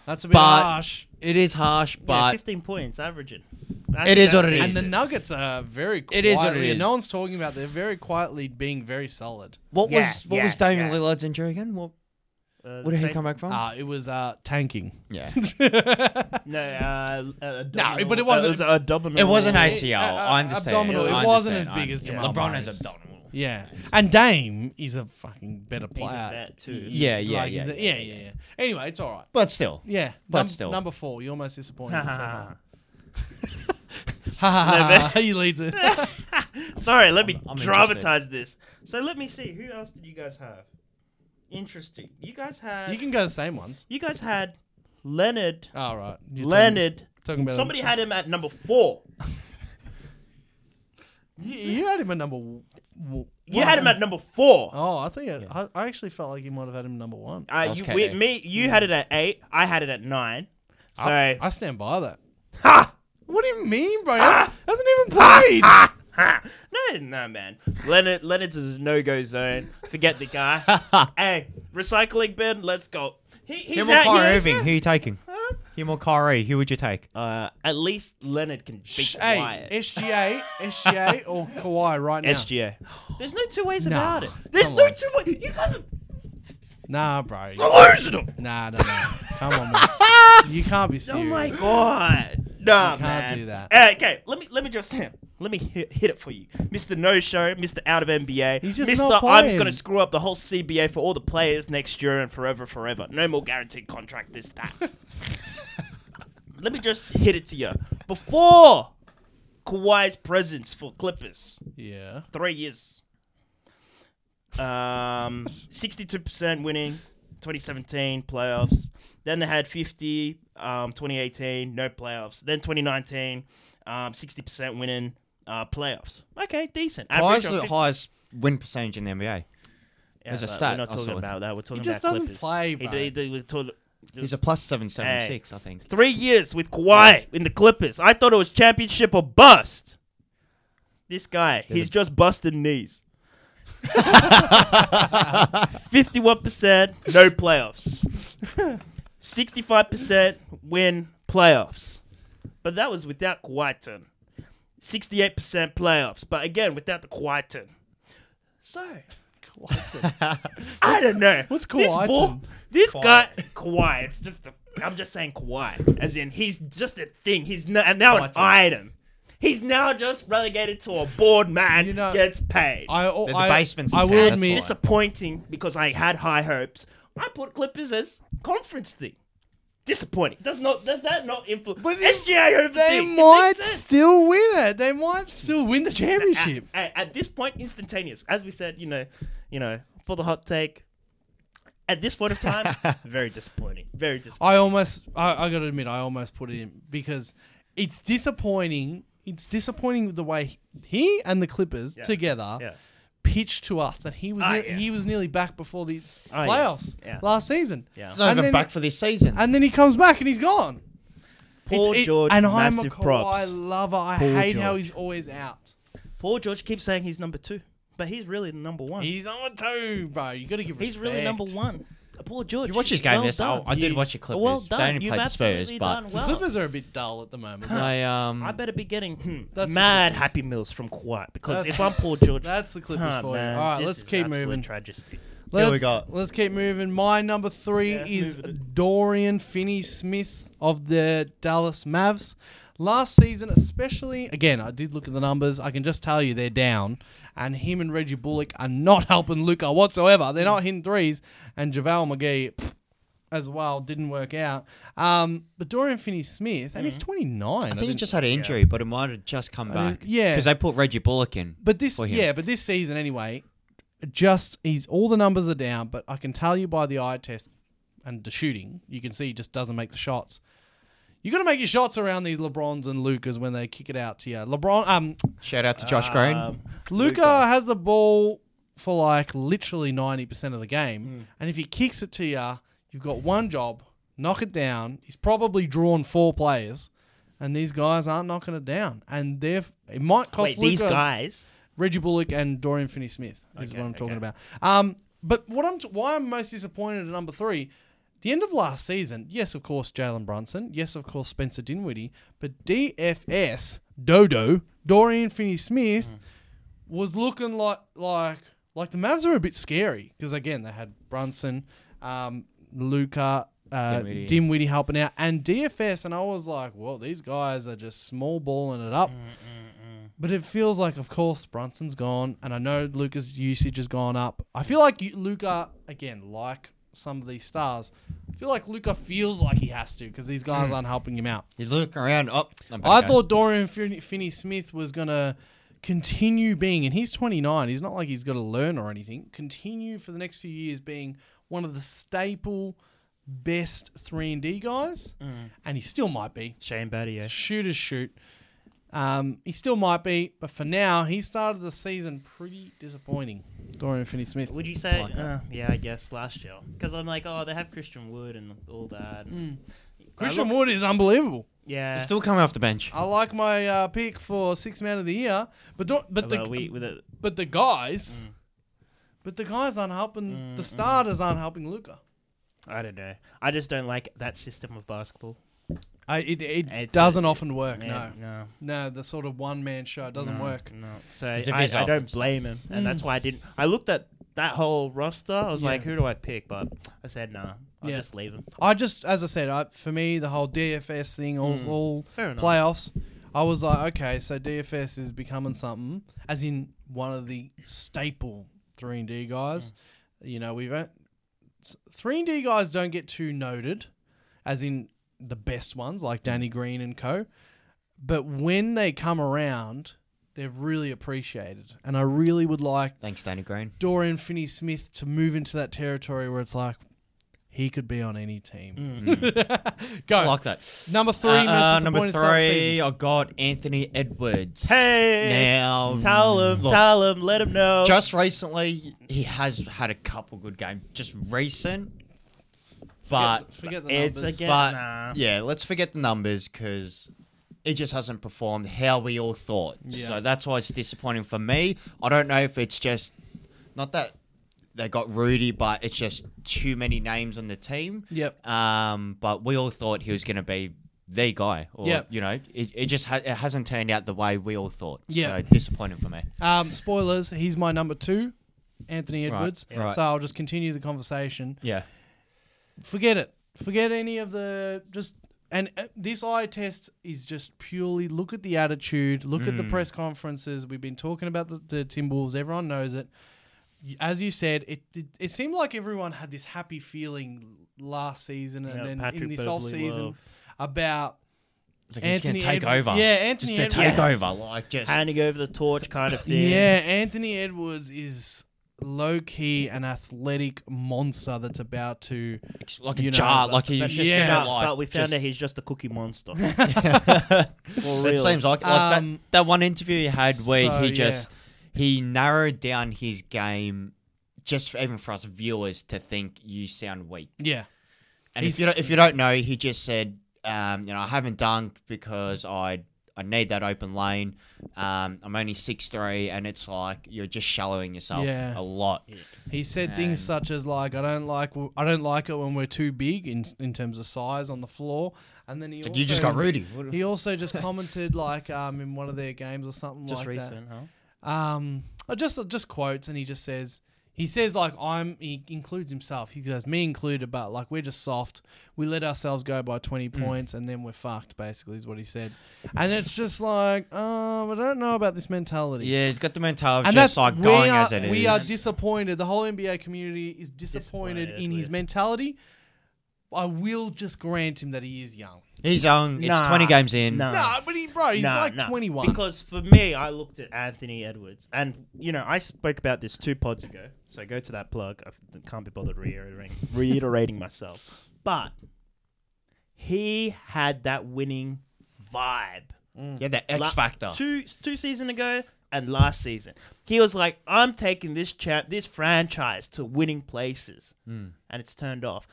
B: That's a bit
C: But-
B: harsh.
C: it is harsh.
A: yeah,
C: But
A: 15 points averaging.
C: It is what it
B: And
C: is.
B: the Nuggets are very
C: It
B: quietly.
C: is what it is.
B: No one's talking about. They're very quietly being very solid.
C: what
A: Yeah,
C: was what
A: yeah,
C: was Damian
A: yeah.
C: Lillard's injury again? What,
A: Uh,
C: where did he
A: same-
C: come back from?
B: Uh, it was uh, tanking.
C: yeah,
A: No, uh, uh,
B: No, but it
A: abdominal-
B: wasn't-
A: Uh, it was abdominal.
C: it was an
B: AC.
C: ACL.
B: uh,
C: I understand.
B: abdominal.
C: I
B: It wasn't
C: understand,
B: as big
C: I
B: as
C: understand.
B: Jamal
C: LeBron
B: Murray's.
C: has abdominal.
B: Yeah, and Dame is a fucking better player.
A: vet too.
B: Y-
C: Yeah, yeah,
B: like, he's
C: yeah,
B: a-
C: yeah,
B: yeah, yeah, yeah. Anyway, it's all right.
C: But still,
B: Yeah,
C: But
B: num-
C: still.
B: number four. You're most disappointed. so far.
A: Ha,
B: Ha ha ha!
A: No,
B: ha. He leads it.
A: ha, ha. Sorry, let me
C: I'm
A: dramatize this. So let me see. Who else did you guys have? Interesting. You guys had.
B: you can go the same ones.
A: you guys had Leonard.
C: Oh,
B: All right. You're talking-
A: Leonard.
B: Talking about
A: Somebody had him at number four.
B: You, you had him at number. W- w-
A: You had him at number four.
B: Oh, I think it, I, I actually felt like you might have had him number one.
A: Uh,
C: That's
A: you,
C: okay.
A: we, me, you had it at eight. I had it at nine. So
B: I, I stand by that.
A: ha,
B: What do you mean, bro? Hasn't hasn't even played.
A: ha. no, no, man. Leonard, Leonard's is no go zone. Forget the guy. hey, recycling bin. Let's go. He, he's
C: him or
A: out
C: Kyrie
A: here,
C: Irving?
A: isn't
C: Who
A: he?
C: are you taking? Him or Kyrie? Who would you take?
A: Uh, at least Leonard can beat
B: Shh,
A: Wyatt.
B: Hey, SGA, SGA, or Kawhi right now.
A: SGA. There's no two ways
B: Nah,
A: about it. There's
B: come
A: no
B: on.
A: two ways. You guys are
B: Nah, bro.
A: delusional.
B: Nah, nah, nah. Come on, man. You can't be
A: Oh
B: serious.
A: my god. Nah,
B: You can't
A: man.
B: do that.
A: Uh, okay, let me let me just let me hit, hit it for you, Mister No Show, Mister Out of NBA,
B: He's just
A: Mister
B: not
A: I'm
B: playing.
A: gonna screw up the whole CBA for all the players next year and forever, forever. No more guaranteed contract. This that. let me just hit it to you before Kawhi's presence for Clippers
B: Yeah.
A: three years. Um, sixty-two percent winning, twenty seventeen playoffs. Then they had fifty, um, twenty eighteen, no playoffs. Then twenty nineteen, um, sixty percent winning, uh, playoffs. Okay, decent.
C: Why is
A: of
C: the
A: fif-
C: highest win percentage in the NBA?
A: Yeah,
C: there's a
A: but
C: stat
A: We're not
C: I
A: talking
C: saw.
A: about that. We're talking
B: just
A: about
B: doesn't
A: Clippers.
B: play,
A: He-
B: bro.
A: he- he- we're talking-
C: He's a plus seven seven six, I think.
A: Three years with Kawhi in the Clippers. I thought it was championship or bust. This guy, he's just busted knees. 51%, no playoffs. 65% win playoffs. But that was without Kawhi turn. 68% playoffs. But again, without the Kawhi turn. So, I don't know.
B: What's
A: This,
B: Kawhi
A: ball,
B: to-
A: this guy, Kawhi. It's just a, I'm just saying Kawhi, as in he's just a thing. He's no, and now an
C: Kawhi to-
A: item. He's now just relegated to a board man.
B: You know-
A: gets paid.
B: I,
C: The- the
B: I,
C: basement's
B: I
C: in
B: will
C: town,
B: admit,
C: that's why.
A: Disappointing because I had high hopes. I put Clippers as conference thing. Disappointing. Does not does that not influence?
B: But it-
A: SGA over
B: they
A: thing. It
B: might
A: makes sense.
B: still win it. They might still win the championship.
A: At, at- at this point, instantaneous. As we said, you know, you know, for the hot take. At this point of time, very disappointing. Very
C: Oh,
A: disappointing.
B: I almost, I, I got to admit, I almost put it in because it's disappointing. It's disappointing the way he and the Clippers together
A: Yeah.
B: pitched to us that he was
A: Ah,
B: ne-
A: yeah. Ah,
B: he was nearly back before the playoffs
A: yeah.
B: last season.
A: Yeah.
C: He's not
B: And
C: even
B: then-
C: back for this season.
B: And then he comes back and he's gone.
A: Paul
C: e-,
B: It's- it-
A: George,
B: and I'm a
A: massive
B: Kawhi
A: props.
B: lover. I
A: Paul
B: hate how
A: George.
B: he's always out.
A: Paul George keeps saying he's number two, but he's really the number one. He's,
B: He's on two, bro. You got to give. respect.
A: really number one. Paul George.
C: you watch his game
A: well
C: this.
A: done.
C: I, I did
A: You-
C: watch a clip.
A: Well
C: They
A: done.
C: only
A: You've
C: played the Spurs,
A: absolutely
C: but
A: done
B: The
A: well.
B: Clippers are a bit dull at the moment.
C: they um.
A: I better be getting hmm,
B: That's-
A: mad Happy Meals from Kawhi because
B: That's-
A: if I'm Paul George,
B: That's the Clippers
A: huh,
B: for
A: man,
B: you. All right,
A: this
B: let's
A: is
B: keep
A: absolute
B: moving.
A: Tragedy.
B: Let's,
C: Here we go.
B: Let's keep moving. My number three
A: Yeah,
B: is
A: move it.
B: Dorian Finney-Smith of the Dallas Mavs. Last season, especially, again, I did look at the numbers. I can just tell you they're down, and him and Reggie Bullock are not helping Luca whatsoever. They're not hitting threes, and JaVale McGee pff, as well didn't work out. Um, but Dorian Finney-Smith, and he's 29.
C: Mm. I think he
B: didn't-
C: just had an injury, but it might have just come
B: didn't-
C: back.
B: yeah.
C: because they put Reggie Bullock in.
B: But this,
C: for him.
B: yeah, but this season anyway, just he's all the numbers are down. But I can tell you by the eye test and the shooting, you can see he just doesn't make the shots. You got to make your shots around these Lebrons and Lucas when they kick it out to you. Lebron, um,
C: shout out to Josh Green.
A: um,
B: Luca has the ball for like literally ninety percent of the game, and if he kicks it to you, you've got one job: knock it down. He's probably drawn four players, and these guys aren't knocking it down, and they're it might
A: Wait,
B: cost
A: these
B: Luka-
A: guys.
B: Reggie Bullock and Dorian Finney-Smith is
A: Okay,
B: what I'm
A: okay.
B: talking about. Um, but what I'm t- why I'm most disappointed at number three, the end of last season. Yes, of course Jalen Brunson. Yes, of course Spencer Dinwiddie. But DFS Dodo Dorian Finney-Smith was looking like like like the Mavs are a bit scary because again they had Brunson, um, Luca. Uh,
C: Dinwiddie.
B: Dinwiddie. helping out and DFS, and I was like, "Well, these guys are just small balling it up." But it feels like, of course, Brunson's gone, and I know Luca's usage has gone up. I feel like Luca, again, like some of these stars, I feel like Luca feels like he has to because these guys aren't helping him out.
C: He's looking around. Oh, I'm back
B: I
C: again.
B: thought Dorian Finney Smith was going to continue being, and he's 29. He's not like he's got to learn or anything. Continue for the next few years being one of the staple best 3 and D guys,
C: Mm.
B: and he still might be
A: Shane Battier.
B: shoot is shoot. Um, he still might be, but for now, he started the season pretty disappointing. Dorian Finney-Smith.
A: Would you say?
C: Like that.
A: uh, yeah, I guess last year because I'm like, oh, they have Christian Wood and all that.
C: Mm,
A: and- Hmm. I
B: Christian
A: look-
B: Wood is unbelievable.
A: Yeah.
C: Still coming off the bench.
B: I like my uh, pick for six man of the year, but don't, but the
A: Well, we, with a,
B: but the guys,
A: Mm.
B: but the guys aren't helping. the starters aren't helping Luca.
A: I don't know. I just don't like that system of basketball.
B: I, it it
A: It's
B: doesn't
A: a-
B: often work.
A: Yeah,
B: No,
A: no.
B: no, the sort of one man show it doesn't
A: no,
B: work.
A: No. So
C: Because if
A: I,
C: he's
A: I
C: off
A: don't
C: and stuff. Mm.
A: blame him, and that's why I didn't. I looked at that whole roster. I was
B: Yeah.
A: like, who do I pick? But I said, nah. I'll
B: Yeah.
A: just leave him.
B: I just, as I said, I, for me, the whole DFS thing, all,
A: Mm.
B: all
A: Fair enough.
B: playoffs, I was like, okay, so DFS is becoming something, as in one of the staple three and D guys.
A: Hmm.
B: You know, we've three and D guys don't get too noted, as in the best ones like Danny
A: Hmm.
B: Green and co. But when they come around, they're really appreciated, and I really would like
C: Thanks, Danny Green.
B: Dorian Finney Smith to move into that territory where it's like he could be on any team.
A: Hmm.
C: I
B: Go
C: like that.
B: number three.
C: Uh,
B: most
C: uh, number
B: disappointing start of the
C: three,
B: season.
C: I got Anthony Edwards.
A: Hey,
C: Now,
A: tell him,
C: look,
A: tell him, let him know.
C: just recently he has had a couple good games. Just recent, but
B: forget the
A: it's
B: numbers.
A: again,
C: but
A: nah.
C: yeah, let's forget the numbers because it just hasn't performed how we all thought.
B: Yeah.
C: So that's why it's disappointing for me. I don't know if it's just not that they got Rudy, but it's just too many names on the team.
B: Yep.
C: Um, but we all thought he was going to be the guy, or
B: Yep.
C: you know, it, it just ha- it hasn't turned out the way we all thought.
B: Yeah.
C: So disappointing for me.
B: Um, spoilers. He's my number two, Anthony
C: Right,
B: Edwards.
C: right.
B: So I'll just continue the conversation.
C: Yeah.
B: Forget it. Forget any of the just. And uh, this eye test is just purely look at the attitude, look at the
C: Mm.
B: press conferences. We've been talking about the, the Timberwolves. Everyone knows it. Y- As you said, it, it it seemed like everyone had this happy feeling last season and
A: Yeah,
B: then in
A: Patrick
B: this
A: Beverley
B: off season
A: love.
B: about
C: It's like he's going
B: Anthony
C: to take
B: Edwards-
C: over.
B: Yeah,
C: Just
B: Anthony
C: to
B: Edwards.
C: take over, like just
A: handing over the torch kind of thing.
B: Yeah, Anthony Edwards is low key an athletic monster that's about to.
C: like a
B: you know,
C: jar, like he's
A: but,
C: just
B: yeah,
C: gonna
A: but,
C: like.
A: but we found
C: just-
A: out he's just a cookie monster. For
C: It
A: reals.
C: seems like, like
B: Um,
C: that, that one interview he had where
B: so,
C: he just he narrowed down his game just for, even for us viewers to think you sound weak.
B: Yeah.
C: And if
B: He's-
C: you don't, if you don't know, he just said, um, you know, I haven't dunked because I I need that open lane. Um, I'm only six three, and it's like you're just shallowing yourself
B: Yeah.
C: a lot.
B: He said things
C: And-
B: such as like I don't like I don't like it when we're too big in in terms of size on the floor, and then he
C: It's
B: also,
C: like you just got Rudy.
B: He also just commented like um in one of their games or something
A: just
B: like that.
A: recent, huh?
B: um uh, just just quotes and he just says he says like i'm he includes himself he goes me included but like we're just soft we let ourselves go by 20
C: Hmm.
B: points and then we're fucked basically is what he said and it's just like um i don't know about this mentality
C: Yeah, he's got the mentality
B: and
C: of just
B: that's
C: like
B: we
C: going
B: are,
C: as it is.
B: we are disappointed the whole nba community is disappointed,
A: Disappointed
B: in his
A: with-
B: mentality i will just grant him that he is young
C: he's young. It's
A: Nah,
C: 20 games in.
A: nah.
B: no but he bro he's
A: Nah,
B: like
A: nah.
B: 21
A: Because for me, I looked at Anthony Edwards, and you know, I spoke about this two pods ago. So go to that plug. I can't be bothered reiterating, reiterating myself. But he had that winning vibe
C: Yeah, that X
A: la-
C: factor.
A: two two season ago and last season. He was like, "I'm taking this champ, this franchise to winning places,"
C: Hmm.
A: and it's turned off.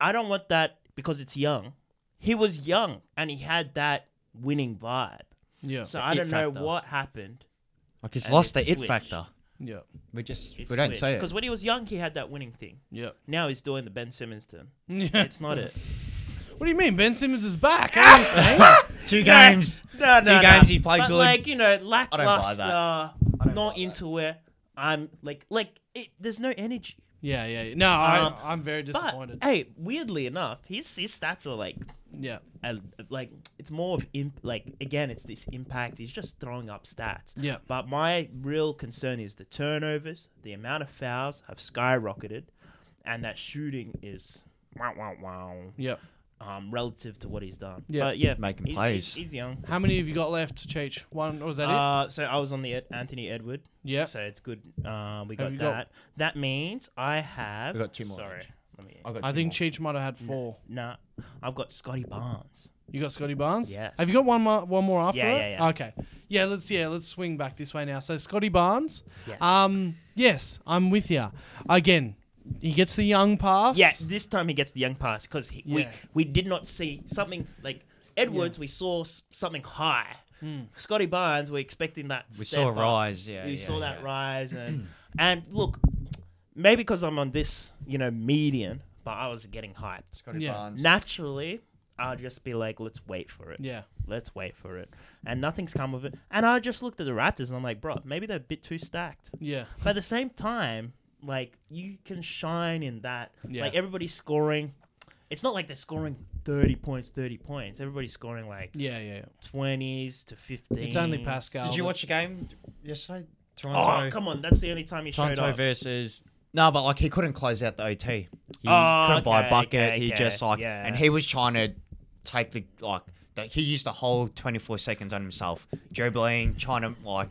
A: I don't want that because it's young. He was young and he had that winning vibe.
B: yeah
A: So I
C: it
A: don't
C: factor.
A: know what happened.
C: Like he's
A: and
C: lost the
A: it's
C: it
A: switched.
C: factor.
B: yeah
C: We just we don't say it.
A: because when he was young, he had that winning thing.
B: yeah
A: Now he's doing the Ben Simmons thing.
B: yeah
A: It's not it.
B: What do you mean? Ben Simmons is back. What are you saying?
C: Two
A: No, no,
C: Two
A: no.
C: games he played
A: but
C: good.
A: Like you know,
C: buy
A: lackluster.
C: don't
A: Not
C: buy that.
A: into it. I'm like like it, there's no energy.
B: yeah, yeah. yeah. No, I,
A: Um,
B: Uh, I'm very disappointed.
A: But hey, weirdly enough, his his stats are like,
B: yeah,
A: uh, like it's more of imp- like again, it's this impact. He's just throwing up stats.
B: Yeah.
A: But my real concern is the turnovers, the amount of fouls have skyrocketed, and that shooting is wow wow wow
B: yeah.
A: um relative to what he's done.
B: Yeah.
A: But yeah,
C: Making
A: he's,
C: plays.
A: He's, he's young.
B: How many have you got left, Cheech? One, or was that it?
A: Uh, so I was on the Ed- Anthony Edward.
B: Yeah.
A: So it's good. Um, we
B: Have
A: got
B: you
A: that.
B: got-
A: That means I have.
C: We got two more
A: Sorry.
C: left.
A: Let me.
C: got
B: I
C: two
B: think
C: more.
B: Cheech might have had four.
A: Nah, I've got Scotty Barnes.
B: You got Scotty Barnes.
A: Yes.
B: Have you got one more? One more after
A: Yeah,
B: it?
A: yeah, yeah.
B: Okay. Yeah. Let's yeah. Let's swing back this way now. So Scotty Barnes.
A: Yes.
B: Um. Yes, I'm with you. Again, he gets the young pass.
A: Yeah, this time he gets the young pass because we
B: Yeah.
A: we did not see something like Edwards. We saw s- something high.
B: Hmm.
A: Scotty Barnes, we're expecting that.
C: We
A: step
C: saw a
A: up.
C: rise, yeah,
A: we
C: yeah,
A: saw that
C: yeah.
A: rise, and and look, maybe because I'm on this, you know, median, but I was getting hyped.
C: Scotty
B: Yeah.
C: Barnes.
A: Naturally, I'll just be like, let's wait for it.
B: Yeah.
A: Let's wait for it, and nothing's come of it. And I just looked at the Raptors, and I'm like, bro, maybe they're a bit too stacked.
B: Yeah.
A: But at the same time, like you can shine in that.
B: Yeah.
A: Like everybody's scoring. It's not like they're scoring thirty points, thirty points. Everybody's scoring like
B: Yeah. Yeah. yeah.
A: twenties to fifteen.
B: It's only Pascal.
C: Did you watch
B: that's-
C: the game yesterday? Toronto.
A: Oh come on, that's the only time he showed
C: Toronto
A: up.
C: versus. No, but like he couldn't close out the OT. He
A: Oh,
C: couldn't buy a
A: okay,
C: bucket.
A: okay,
C: he
A: okay,
C: just like,
A: yeah.
C: and he was trying to take the like. The, he used the whole 24 seconds on himself, dribbling, trying to like.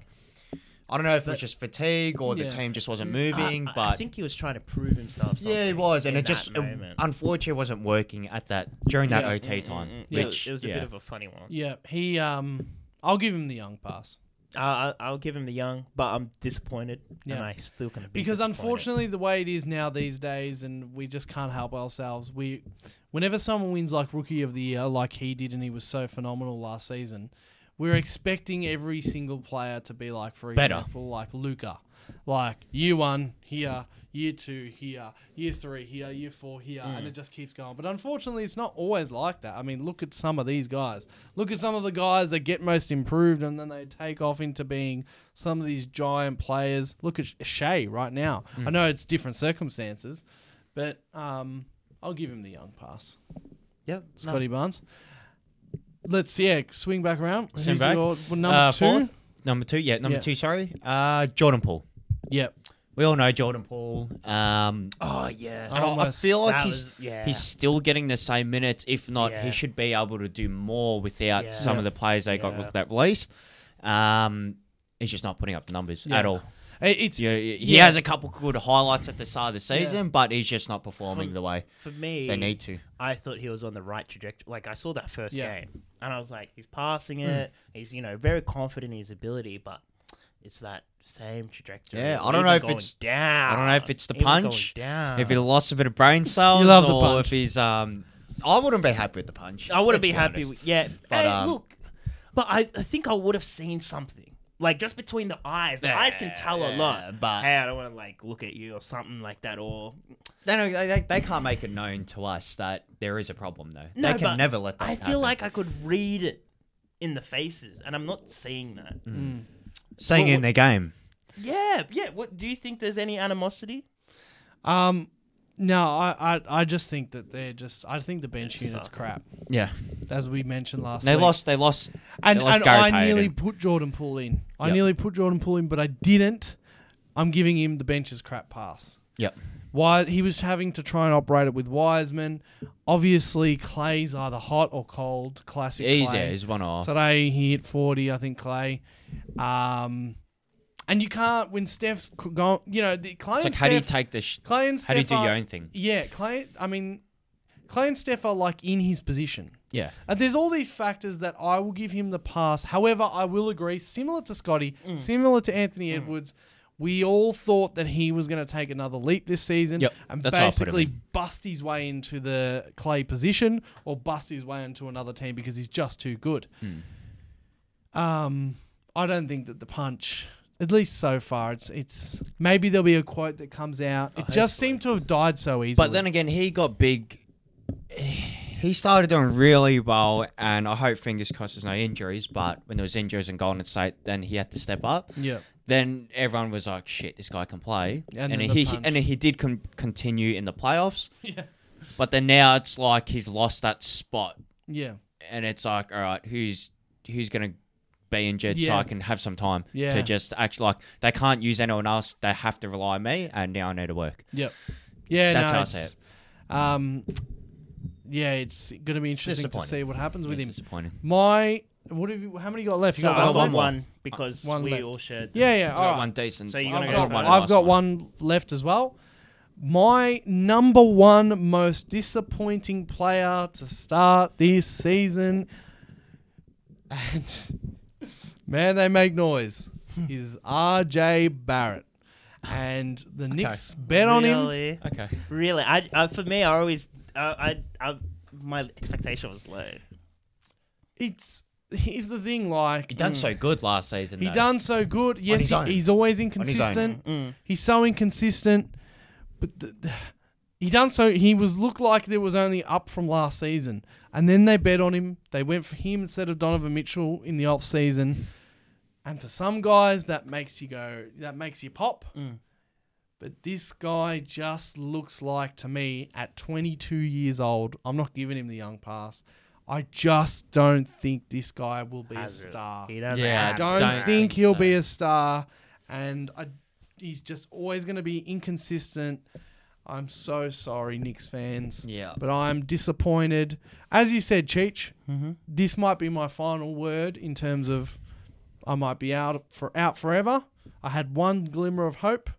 C: I don't know if it was just fatigue or the
B: Yeah.
C: team just wasn't
A: I-
C: moving,
A: I,
C: but
A: I think he was trying to prove himself.
C: yeah, it
A: something
C: was, and
A: in
C: it just
A: that
C: it,
A: moment.
C: unfortunately wasn't working at that during that
B: Yeah.
C: OT time.
A: Mm,
B: Yeah.
C: Which
A: it was a
C: yeah.
A: bit of a funny one.
B: Yeah, he. Um, I'll give him the young pass
A: I, I- I'll give him the young, but I'm disappointed,
B: Yeah.
A: and I still can be
B: because
A: disappointed.
B: unfortunately, the way it is now these days, and we just can't help ourselves. We, whenever someone wins like Rookie of the Year, like he did, and he was so phenomenal last season, we're expecting every single player to be like, for
C: Better.
B: example, like Luca, like year one here, year two here, year three here, year four here,
C: Mm.
B: and it just keeps going. But unfortunately, it's not always like that. I mean, look at some of these guys. Look at some of the guys that get most improved, and then they take off into being some of these giant players. Look at Shea right now.
C: Mm.
B: I know it's different circumstances, but um, I'll give him the young pass,
A: Yep. no.
B: Scotty Barnes. Let's yeah swing back around.
C: Swing
B: Who's
C: back.
B: your number
C: Uh,
B: two?
C: fourth? number two, yeah, number
B: Yeah.
C: two. Sorry, uh, Jordan Poole.
B: Yep.
C: We all know Jordan Poole. Um,
A: Oh yeah.
C: and I- I
B: Almost.
C: feel like
A: That was-
C: he's
A: yeah.
C: he's still getting the same minutes. If not,
A: Yeah.
C: he should be able to do more without
A: Yeah.
C: some of the players they
A: Yeah.
C: got that released. Um, he's just not putting up the numbers
B: Yeah.
C: at all.
B: It- It's
C: Yeah, he he
B: Yeah.
C: has a couple good highlights at the start of the season, but he's just not performing the way
A: For me,
C: they need to.
A: I thought he was on the right trajectory. Like I saw that first
B: Yeah.
A: game, and I was like, he's passing it. He's you know very confident in his ability, but it's that same trajectory.
C: Yeah, I
A: Or
C: don't know
A: even
C: if
A: going
C: it's-
A: down.
C: I don't know if it's the
A: Even going
C: punch,
A: down.
C: if he lost a bit of brain cells,
B: love the
C: or
B: punch.
C: if he's um, I wouldn't be happy with the punch.
A: I wouldn't be
C: let's
A: happy.
C: honest.
A: With, yeah,
C: But,
A: but
C: um,
A: look, but I, I think I would have seen something. Like just between the eyes, the eyes can tell a
C: Yeah,
A: lot.
C: but-
A: hey, I don't want to like look at you or something like that. Or
C: They, don't- they, they, they can't make it known to us that there is a problem, though.
A: No,
C: they
A: but
C: can never let that
A: I
C: happen.
A: feel like I could read it in the faces, and I'm not seeing that.
C: Seeing
A: Well,
C: in their game.
A: Yeah, yeah. What do you think? There's any animosity?
B: um no, I, I I just think that they're just I think the bench unit's
A: suck.
B: crap.
C: Yeah.
B: As we mentioned last
C: They
B: week.
C: lost. They lost.
B: and
C: they lost
B: and
C: Gary
B: I
C: Payton.
B: nearly put Jordan Poole in. I
C: Yep.
B: nearly put Jordan Poole in, but I didn't. I'm giving him the bench's crap pass.
C: Yep.
B: Why he was having to try and operate it with Wiseman. Obviously, Clay's either hot or cold. Classic.
C: He's,
B: Clay.
C: yeah, he's one off.
B: Today he hit 40, I think Clay. Um, and you can't when Steph's c- gone. You know, the Clay
C: It's
B: and
C: like, how do you
B: Steph-
C: take this? Sh-
B: Clay and Steph
C: how do you do
B: are-
C: your own thing?
B: Yeah, Clay. I mean, Clay and Steph are like in his position.
C: Yeah.
B: And there's all these factors that I will give him the pass. However, I will agree, similar to Scotty,
C: Mm.
B: similar to Anthony Edwards, we all thought that he was going to take another leap this season
C: Yep,
B: and
C: that's how I put him
B: basically
C: in.
B: bust his way into the Clay position or bust his way into another team because he's just too good.
C: Mm.
B: Um, I don't think that the punch. At least so far, it's it's maybe there'll be a quote that comes out. It just seemed to have died so easily.
C: Oh, But then again, he got big. He started doing really well, and I hope fingers crossed there's no injuries. But when there was injuries in Golden State, then he had to step up.
B: yeah,
C: Then everyone was like, "Shit, this guy can play,"
B: And
C: and,
B: then the
C: he
B: punch.
C: and he did con- continue in the playoffs.
B: yeah,
C: But then now it's like he's lost that spot,
B: yeah.
C: and it's like, all right, who's who's gonna be injured so
B: Yeah.
C: I can have some time
B: Yeah.
C: to just actually like they can't use anyone else. They have to rely on me, and now I need to work.
B: Yep. Yeah,
C: That's
B: no,
C: how I
B: it's-
C: say
B: Um, yeah, it's going to be interesting to
C: disappointing.
B: see what happens with
C: It's
B: him.
C: disappointing.
B: My, what have you? How many you got left? You
A: So
B: got
A: I've
B: one,
A: got
B: left?
A: one because
B: Uh, One
A: we
B: left.
A: all shared.
B: Yeah, yeah.
C: I
B: All
C: got
B: right.
C: one decent.
A: So you're
B: I've
A: gonna
B: got,
A: go
B: one,
A: one
B: I've
A: last
B: got
C: one.
B: one left as well. My number one most disappointing player to start this season, and man, they make noise, is R.J. Barrett. And the Knicks bet on him.
A: really,
C: Okay.
A: Really, I, I for me, I always, I, I, I, my expectation was low.
B: It's here's the thing, like
C: He done so good last season.
B: Mm. He
C: though.
B: done so good. Yes,
C: his
B: he-
C: own.
B: he's always
C: own.
B: inconsistent.
A: Mm.
B: He's so inconsistent, but th- th- he done so. He was looked like there was only up from last season, and then they bet on him. They went for him instead of Donovan Mitchell in the off season, and for some guys that makes you go, that makes you pop. But this guy just looks like to me at 22 years old. I'm not giving him the young pass. I just don't think this guy will be a
A: Has it.
B: star.
A: He doesn't.
C: Yeah,
A: have
B: don't,
A: it.
C: don't
B: think,
C: think
B: he'll
C: so.
B: be a star, and I, he's just always going to be inconsistent. I'm so sorry, Knicks fans.
C: Yeah.
B: but I'm disappointed. As you said, Cheech, this might be my final word in terms of I might be out for out forever. I had one glimmer of hope,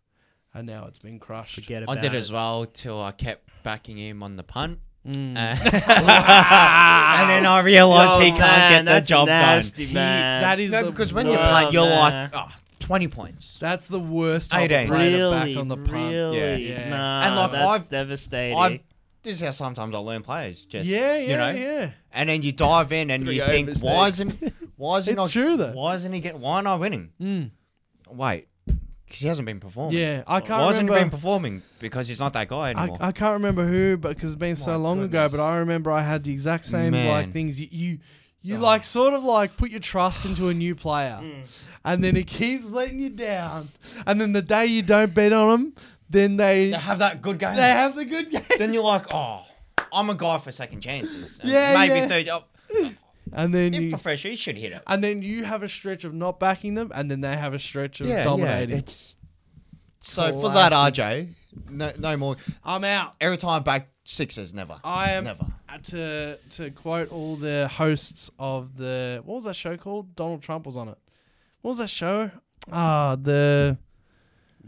B: and now it's been crushed.
A: Forget
E: I
A: about
E: did
A: it.
E: as well till I kept backing him on the punt.
B: Mm.
C: and then I realised
A: Yo,
C: he can't
A: Oh, man,
C: get the
A: that's
C: job
A: nasty,
C: done.
A: man.
B: that is
C: No,
B: the
C: because when
A: you
C: you
A: worst,
C: punt,
A: play,
C: you're
A: man.
C: like oh, 20 points.
B: That's the worst.
C: Eight
B: I've
C: eight.
B: played it
A: really,
B: back on the punt.
A: really,
B: Yeah. Yeah.
A: nah,
C: And, like,
A: that's
C: I've-
A: devastating.
C: I've, this is how sometimes I learn players. Just
B: Yeah, yeah,
C: you know,
B: yeah.
C: and then you dive in and
E: Three
C: you think,
E: overs
C: why
E: next.
C: isn't why isn't
B: It's
C: I,
B: true, though.
C: Why isn't he getting? Why am I winning?
B: Mm.
C: Wait, because he hasn't been performing.
B: Yeah, I can't
C: why hasn't
B: remember.
C: he been performing? Because he's not that guy
B: I,
C: anymore.
B: I can't remember who, but because it's been
C: My
B: so long ago.
C: goodness.
B: But I remember I had the exact same like
C: Man. Oh.
B: things. You you, you like sort of like put your trust into a new player,
C: Mm.
B: and then it keeps letting you down. And then the day you don't bet on them, then they
C: they have that good game.
B: they have the good game,
C: then you're like, oh, I'm a guy for second chances. And
B: Yeah,
C: maybe
B: yeah.
C: third. Oh,
B: and then
C: in
B: you
C: professional, you should hit it.
B: and then you have a stretch of not backing them, and then they have a stretch of dominating.
C: It's so for that
B: Classic.
C: RJ, no, no more.
B: I'm out.
C: Every time back sixes, never.
B: I am
C: never.
B: uh, to to quote all the hosts of the what was that show called? Donald Trump was on it. What was that show? Ah, the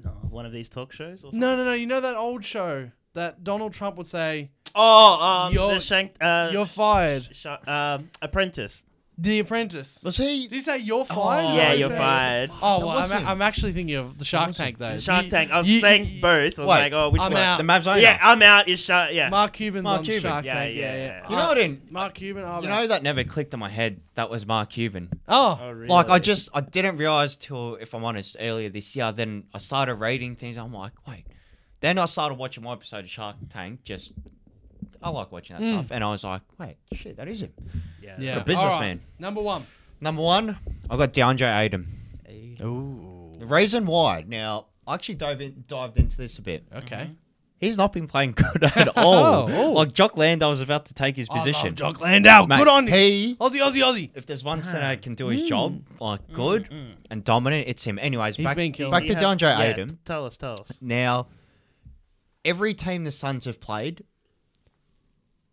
A: No, one of these talk shows. Or something.
B: no, no, no. You know that old show that Donald Trump would say,
A: Oh, um,
B: You're-
A: the Shank. Uh,
B: "You're fired."
A: sh- um, Apprentice.
B: The Apprentice.
C: Was he?
B: Did he say you're fired?
C: Oh,
A: yeah,
B: Did he
A: you're
B: say-
A: fired.
B: Oh,
C: That
B: well,
C: was
B: I'm,
C: him.
B: I'm actually thinking of the Shark Tank though.
A: Shark
B: You-
A: Tank. I was
B: you-
A: saying
B: you-
A: both. I was
C: Wait,
A: like, oh, which
B: I'm
A: one?
B: out.
C: The Mavs owner.
A: Yeah, I'm out. Is Shark? Yeah.
B: Mark Cuban's
C: Mark
B: on
C: Cuban.
B: Shark
A: Yeah,
B: Tank.
A: yeah,
B: Yeah, yeah.
A: yeah.
C: You know what? In
B: Mark Cuban. I'm
C: you
B: out.
C: know that never clicked in my head. That was Mark Cuban.
B: Oh,
A: Oh, really?
C: Like I just I didn't realize till if I'm honest earlier this year. Then I started reading things. I'm like, wait. Then I started watching one episode of Shark Tank. Just I like watching
B: Hmm.
C: that stuff, and I was like, wait, shit, that is him.
A: Yeah.
B: yeah.
C: the businessman.
B: Alright, Number one.
C: Number one, I got DeAndre Aiden.
B: Ooh.
C: The reason why now. I actually dove in, dived into this a bit.
B: Okay.
C: He's not been playing good at all.
B: Oh, oh.
C: Like Jock Land, I was about to take his position.
B: Jock Landau.
C: Mate,
B: Good on you.
C: He
B: Aussie, Aussie, Aussie.
C: if there's one center that can do his job like good and dominant, it's him. Anyways,
B: Hmm. He's
C: back,
B: been killing
C: back
A: Do
C: to
A: you have-
C: DeAndre
A: yeah,
C: Ayton.
A: t- Tell us, tell us.
C: Now, every team the Suns have played,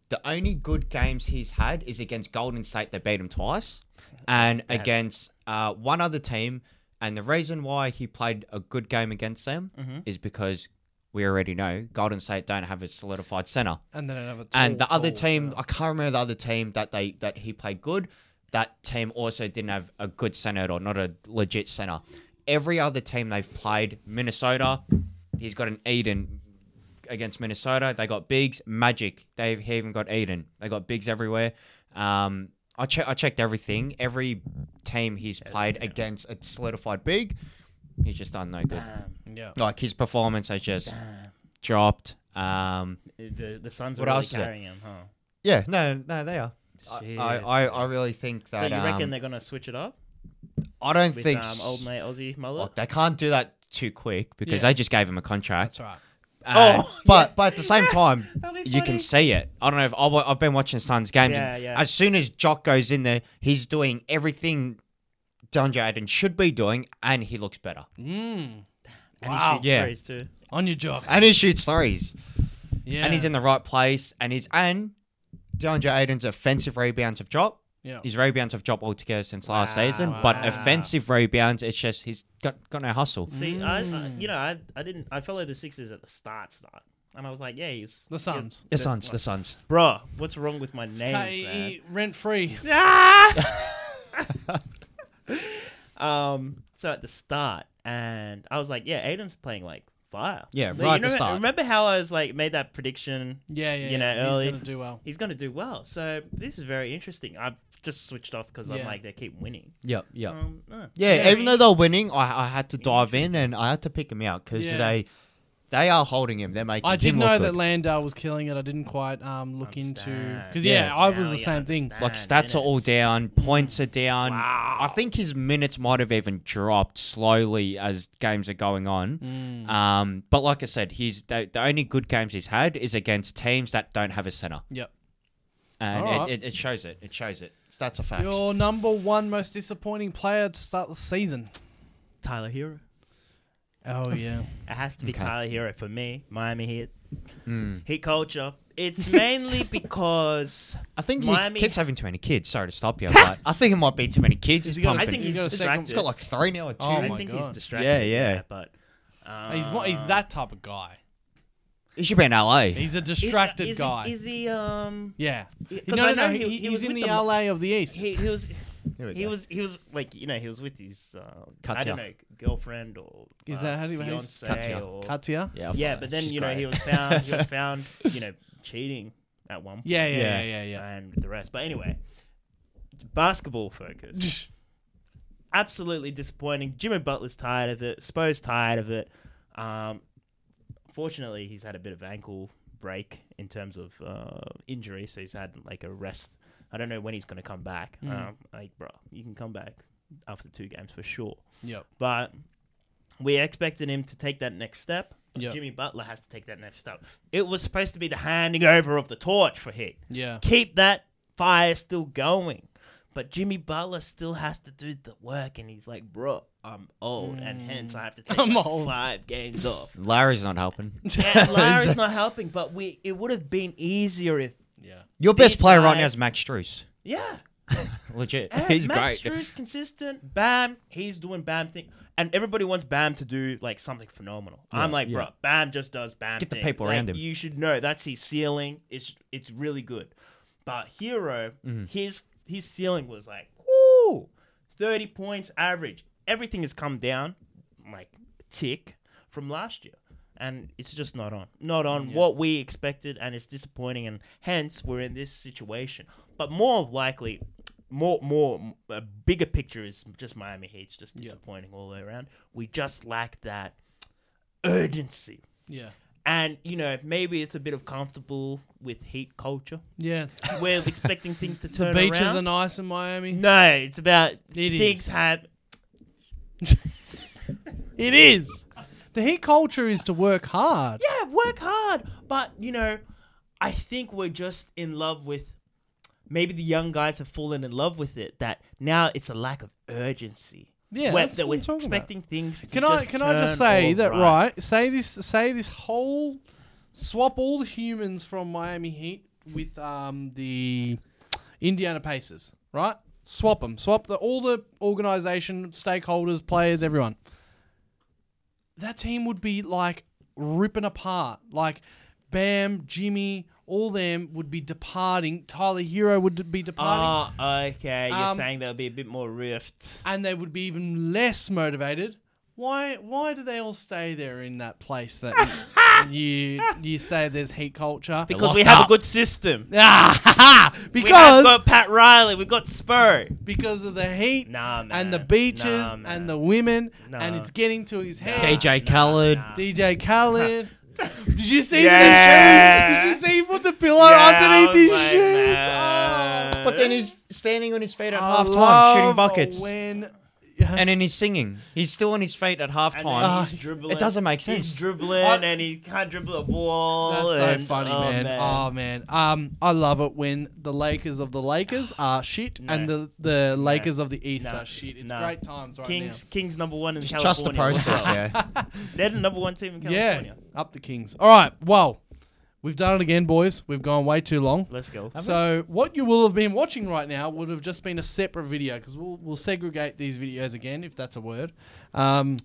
C: the only good games he's had is against Golden State. They beat him twice, and against uh, one other team. And the reason why he played a good game against them is because we already know Golden State don't have a solidified center
B: And then another.
C: and the
B: tall,
C: other
B: tall
C: team, I can't remember the other team that they that he played good. That team also didn't have a good center at all, not a legit center. Every other team they've played, Minnesota, he's got an Eden against Minnesota. They got bigs, Magic. They've he even got Eden. They got bigs everywhere. Um, I che- I checked everything. Every team he's played against a solidified big, he's just done no good.
B: Yeah.
C: Like his performance has just dropped. Um,
A: The the Suns are
C: What
A: really
C: else is there?
A: carrying him, huh?
C: yeah, no, no, they are.
A: Shit.
C: I, I, I really think
A: so
C: that
A: you reckon
C: um,
A: they're gonna switch it up
C: I don't
A: with
C: think
A: um,
C: s-
A: old mate Aussie mullet?
C: look, they can't do that too quick because
B: Yeah.
C: they just gave him a contract.
B: That's right.
C: Uh,
A: Oh,
C: but but at the same time,
A: That'd be
C: you
A: funny.
C: can see it. I don't know if I, wa- I've been watching Suns games.
A: Yeah,
C: and
A: yeah.
C: As soon as Jock goes in there, he's doing everything DeAndre Aiden should be doing, and he looks better.
B: Mm.
A: And
B: Wow.
A: he shoots
C: Yeah.
A: threes too.
B: On your jock.
C: And he shoots threes,
B: Yeah.
C: and he's in the right place, and he's and DeAndre Aiden's offensive rebounds have dropped.
B: Yeah.
C: His rebounds have dropped altogether since last
A: Wow.
C: season, but
B: Wow. Mm.
C: offensive rebounds, it's just he's got, got no hustle.
A: See, I, I you know I, I didn't I followed the Sixers at the start start, and I was like, yeah, he's
B: The Suns.
C: The Suns, the Suns.
A: Bruh, what's wrong with my names, man?
B: Hey, rent free.
A: Ah! um, so at the start, and I was like, yeah, Aiden's playing like fire.
C: Yeah,
A: Like,
C: right
A: you
C: at the
A: know-
C: start.
A: Remember how I was like made that prediction?
B: Yeah, yeah.
A: You know,
B: yeah.
A: early.
B: He's gonna do well.
A: He's gonna do well. So this is very interesting. I've just switched off because I'm
B: Yeah.
A: like they keep winning.
C: Yep, yep.
A: Um, no.
B: Mm.
C: yeah,
B: Yeah.
C: even though they're winning, I, I had to dive in and I had to pick him out because
B: Yeah.
C: they they are holding him. They're making
B: I
C: him
B: did
C: look
B: know
C: good.
B: that Landau was killing it. I didn't quite um, look into because yeah,
C: Yeah.
B: I was
A: Now
B: the
A: you
B: same thing.
A: understand
C: like stats are all
A: minutes.
C: down, points are down. I think his minutes might have even dropped slowly as games are going on.
B: Mm.
C: Um, but like I said, he's the, the only good games he's had is against teams that don't have a center,
B: Yep.
C: and it,
B: Alright.
C: it, it shows it. It shows it. Stats are facts.
B: Your number one most disappointing player to start the season.
A: Tyler Hero.
B: Oh yeah.
A: It has to be
C: Okay. Hmm.
A: Tyler Hero for me. Miami Heat, Heat culture. It's mainly because
C: I think he
A: Miami-
C: keeps having too many kids. Sorry to stop you, but I think it might be too many kids. He's,
B: he got a
A: I
C: pumping.
A: think
B: You
A: he's
B: got a second-
A: distracted.
C: he's got like three now or two.
B: Oh
A: I
B: my
A: think he's
B: God.
A: distracted.
C: Yeah, yeah.
A: but uh,
B: He's one- he's that type of guy.
C: He should be in LA.
B: He's a
A: is-
B: distracted
A: is he-
B: guy.
A: Is he? Um.
B: yeah.
A: Because I
B: No, no, no.
A: know
B: He,
A: he- he was
B: he's in
A: with
B: the
A: the-
B: LA of the East.
A: He, he was.
C: Here we
A: He
C: go.
A: was. He was like you know he was with his. Uh, I
E: Katya.
A: don't know girlfriend or.
B: Is
A: uh,
B: that how do you- how do you-
A: fiance
E: Katya.
A: or
B: Katia.
E: Yeah, I
A: Yeah,
E: follow.
A: but then
E: She's
A: you know
E: great.
A: he was found. He was found. You know, cheating at one. point.
B: Yeah, yeah, yeah,
C: Yeah.
B: yeah, yeah.
A: and the rest. But anyway, basketball focus. Absolutely disappointing. Jimmy Butler's tired of it. Spo's tired of it. Um, fortunately, he's had a bit of ankle break in terms of uh, injury, so he's had like a rest. I don't know when he's going to come back. Um, like, bro, you can come back after two games for sure.
B: Yep.
A: But we expected him to take that next step.
B: Yep.
A: Jimmy Butler has to take that next step. It was supposed to be the handing over of the torch for Heat
B: Yeah.
A: keep that fire still going. But Jimmy Butler still has to do the work, and he's like, "Bro, I'm old, and hence I have to take
B: I'm
A: like,
B: old."
A: five games off."
E: Larry's not helping.
A: And Larry's not helping, but we it would have been easier if,
B: Yeah.
C: Your best
A: these
C: player right
A: guys-
C: now is Max Struess.
A: yeah,
C: Legit.
A: and
C: he's
A: Max
C: great.
A: Strus consistent, Bam, he's doing Bam thing, and everybody wants Bam to do like something phenomenal. I'm like, bro, Bam just does Bam.
C: Get the
A: thing.
C: people
A: Like,
C: around him.
A: You should know that's his ceiling. It's it's really good, but Hero,
C: Mm-hmm.
A: his his ceiling was like, woo, thirty points average. Everything has come down, like tick from last year. And it's just not on, not on what we expected, and it's disappointing, and hence we're in this situation. But more likely, more more a bigger picture is just Miami Heat's just disappointing all the way around. We just lack that urgency.
B: Yeah.
A: And you know, maybe it's a bit of comfortable with heat culture.
B: Yeah.
A: We're expecting things to turn
B: Beaches
A: around.
B: are nice in Miami.
A: no, it's about
B: It
A: things
B: is.
A: happen.
B: It is. The heat culture is to work hard.
A: Yeah, work hard, but you know, I think we're just in love with. Maybe the young guys have fallen in love with it. That now it's a lack of urgency.
B: Yeah,
A: Where-
B: that's
A: that
B: what
A: we're
B: I'm talking about.
A: expecting things. To
B: Can I
A: just
B: can I just
A: turn
B: say
A: all
B: that
A: right?
B: right? Say this say this whole swap all the humans from Miami Heat with um the Indiana Pacers, right? Swap them. Swap the all the organization, stakeholders, players, everyone. That team would be like ripping apart. Like Bam, Jimmy, all them would be departing. Tyler Hero would be departing.
A: Ah, okay. You're
B: Um,
A: saying there'll be a bit more rift.
B: and they would be even less motivated. Why? Why do they all stay there in that place that you you say there's heat culture?
A: Because we
C: locked
A: have a
C: up.
A: good system.
B: Ah, ha, ha,
A: We have
B: because
A: got Pat Riley. We've got Spur.
B: because of the heat
A: Nah,
B: and the
A: man.
B: beaches
A: Nah, man.
B: and the women and
A: Nah.
B: it's getting to his head.
E: DJ Khaled.
B: DJ Khaled. Did you see
A: Yeah.
B: the shoes? Did you see he put the pillow underneath his shoes? Oh.
C: But then he's standing on his feet at
B: I
C: half time,
B: love
C: shooting buckets.
B: When
C: And then he's singing. He's still on his feet at half
A: And then
C: time.
A: he's dribbling.
C: Uh, it doesn't make
A: He's
C: sense.
A: dribbling
C: I-
A: and he can't dribble a ball.
B: That's so
A: and-
B: funny,
A: oh,
B: man. Oh man, um, I love it when the Lakers of the Lakers are shit and the the Lakers of the East
A: No.
B: are shit. It's
A: No.
B: great times right
A: Kings, Kings number one in
C: Trust the
A: California.
C: process, yeah.
A: yeah. They're the number one team in
B: now. Yeah,
A: California.
B: up the Kings. All right, well, we've done it again, boys. We've gone way too long.
A: Let's go.
B: So what you will have been watching right now would have just been a separate video because we'll we'll segregate these videos again if that's a word. Um,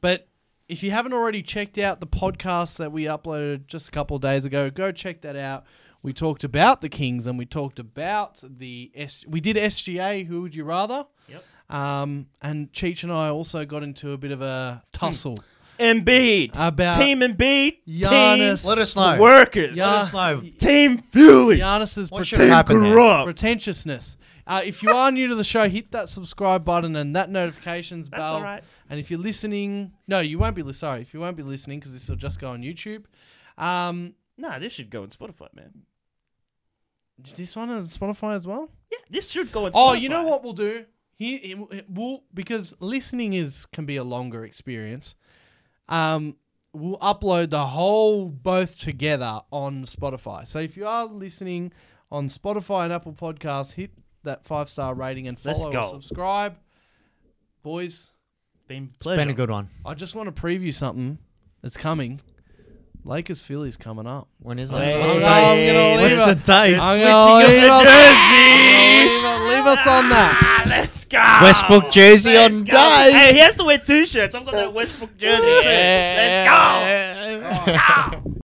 B: but if you haven't already checked out the podcast that we uploaded just a couple of days ago, go check that out. We talked about the Kings and we talked about the S. We did SGA. Who would you rather?
A: Yep.
B: Um, and Cheech and I also got into a bit of a tussle.
A: Embiid.
B: About
A: team Embiid.
B: Giannis.
A: Team
C: Let us know.
A: Workers.
B: Gian-
C: Let us know.
A: Team Philly.
B: Giannis's
C: What
B: protect-
C: should happen there?
A: Corrupt.
B: pretentiousness. Uh, if you are new to the show, hit that subscribe button and that notifications
A: That's
B: bell.
A: all right.
B: And if you're listening, no, you won't be. li- Sorry, if you won't be listening because this will just go on YouTube. Um,
A: Nah, this should go on Spotify, man.
B: is this one on Spotify as well.
A: Yeah, this should go on Spotify.
B: Oh, you know what we'll do? He, he- we'll because listening is can be a longer experience. Um, we'll upload the whole both together on Spotify. So if you are listening on Spotify and Apple Podcasts, hit that five star rating and
A: Let's
B: follow
A: go.
B: or subscribe, boys.
A: Been
C: Been
A: pleasure.
C: a good one.
B: I just want to preview something that's coming. Lakers Phillies coming up.
E: When is
A: Hey.
E: that?
A: What's the
B: I'm
A: date?
B: gonna leave
A: What's
B: it.
C: date?
B: I'm
A: Switching
B: gonna
A: up the
B: leave us-
A: jersey.
B: Leave, leave us on that.
A: Ah, let's go.
C: Westbrook jersey
A: Let's
C: on
A: go.
C: guys.
A: Hey, he has to wear two shirts. I've got that Westbrook jersey too. Let's go.
C: go.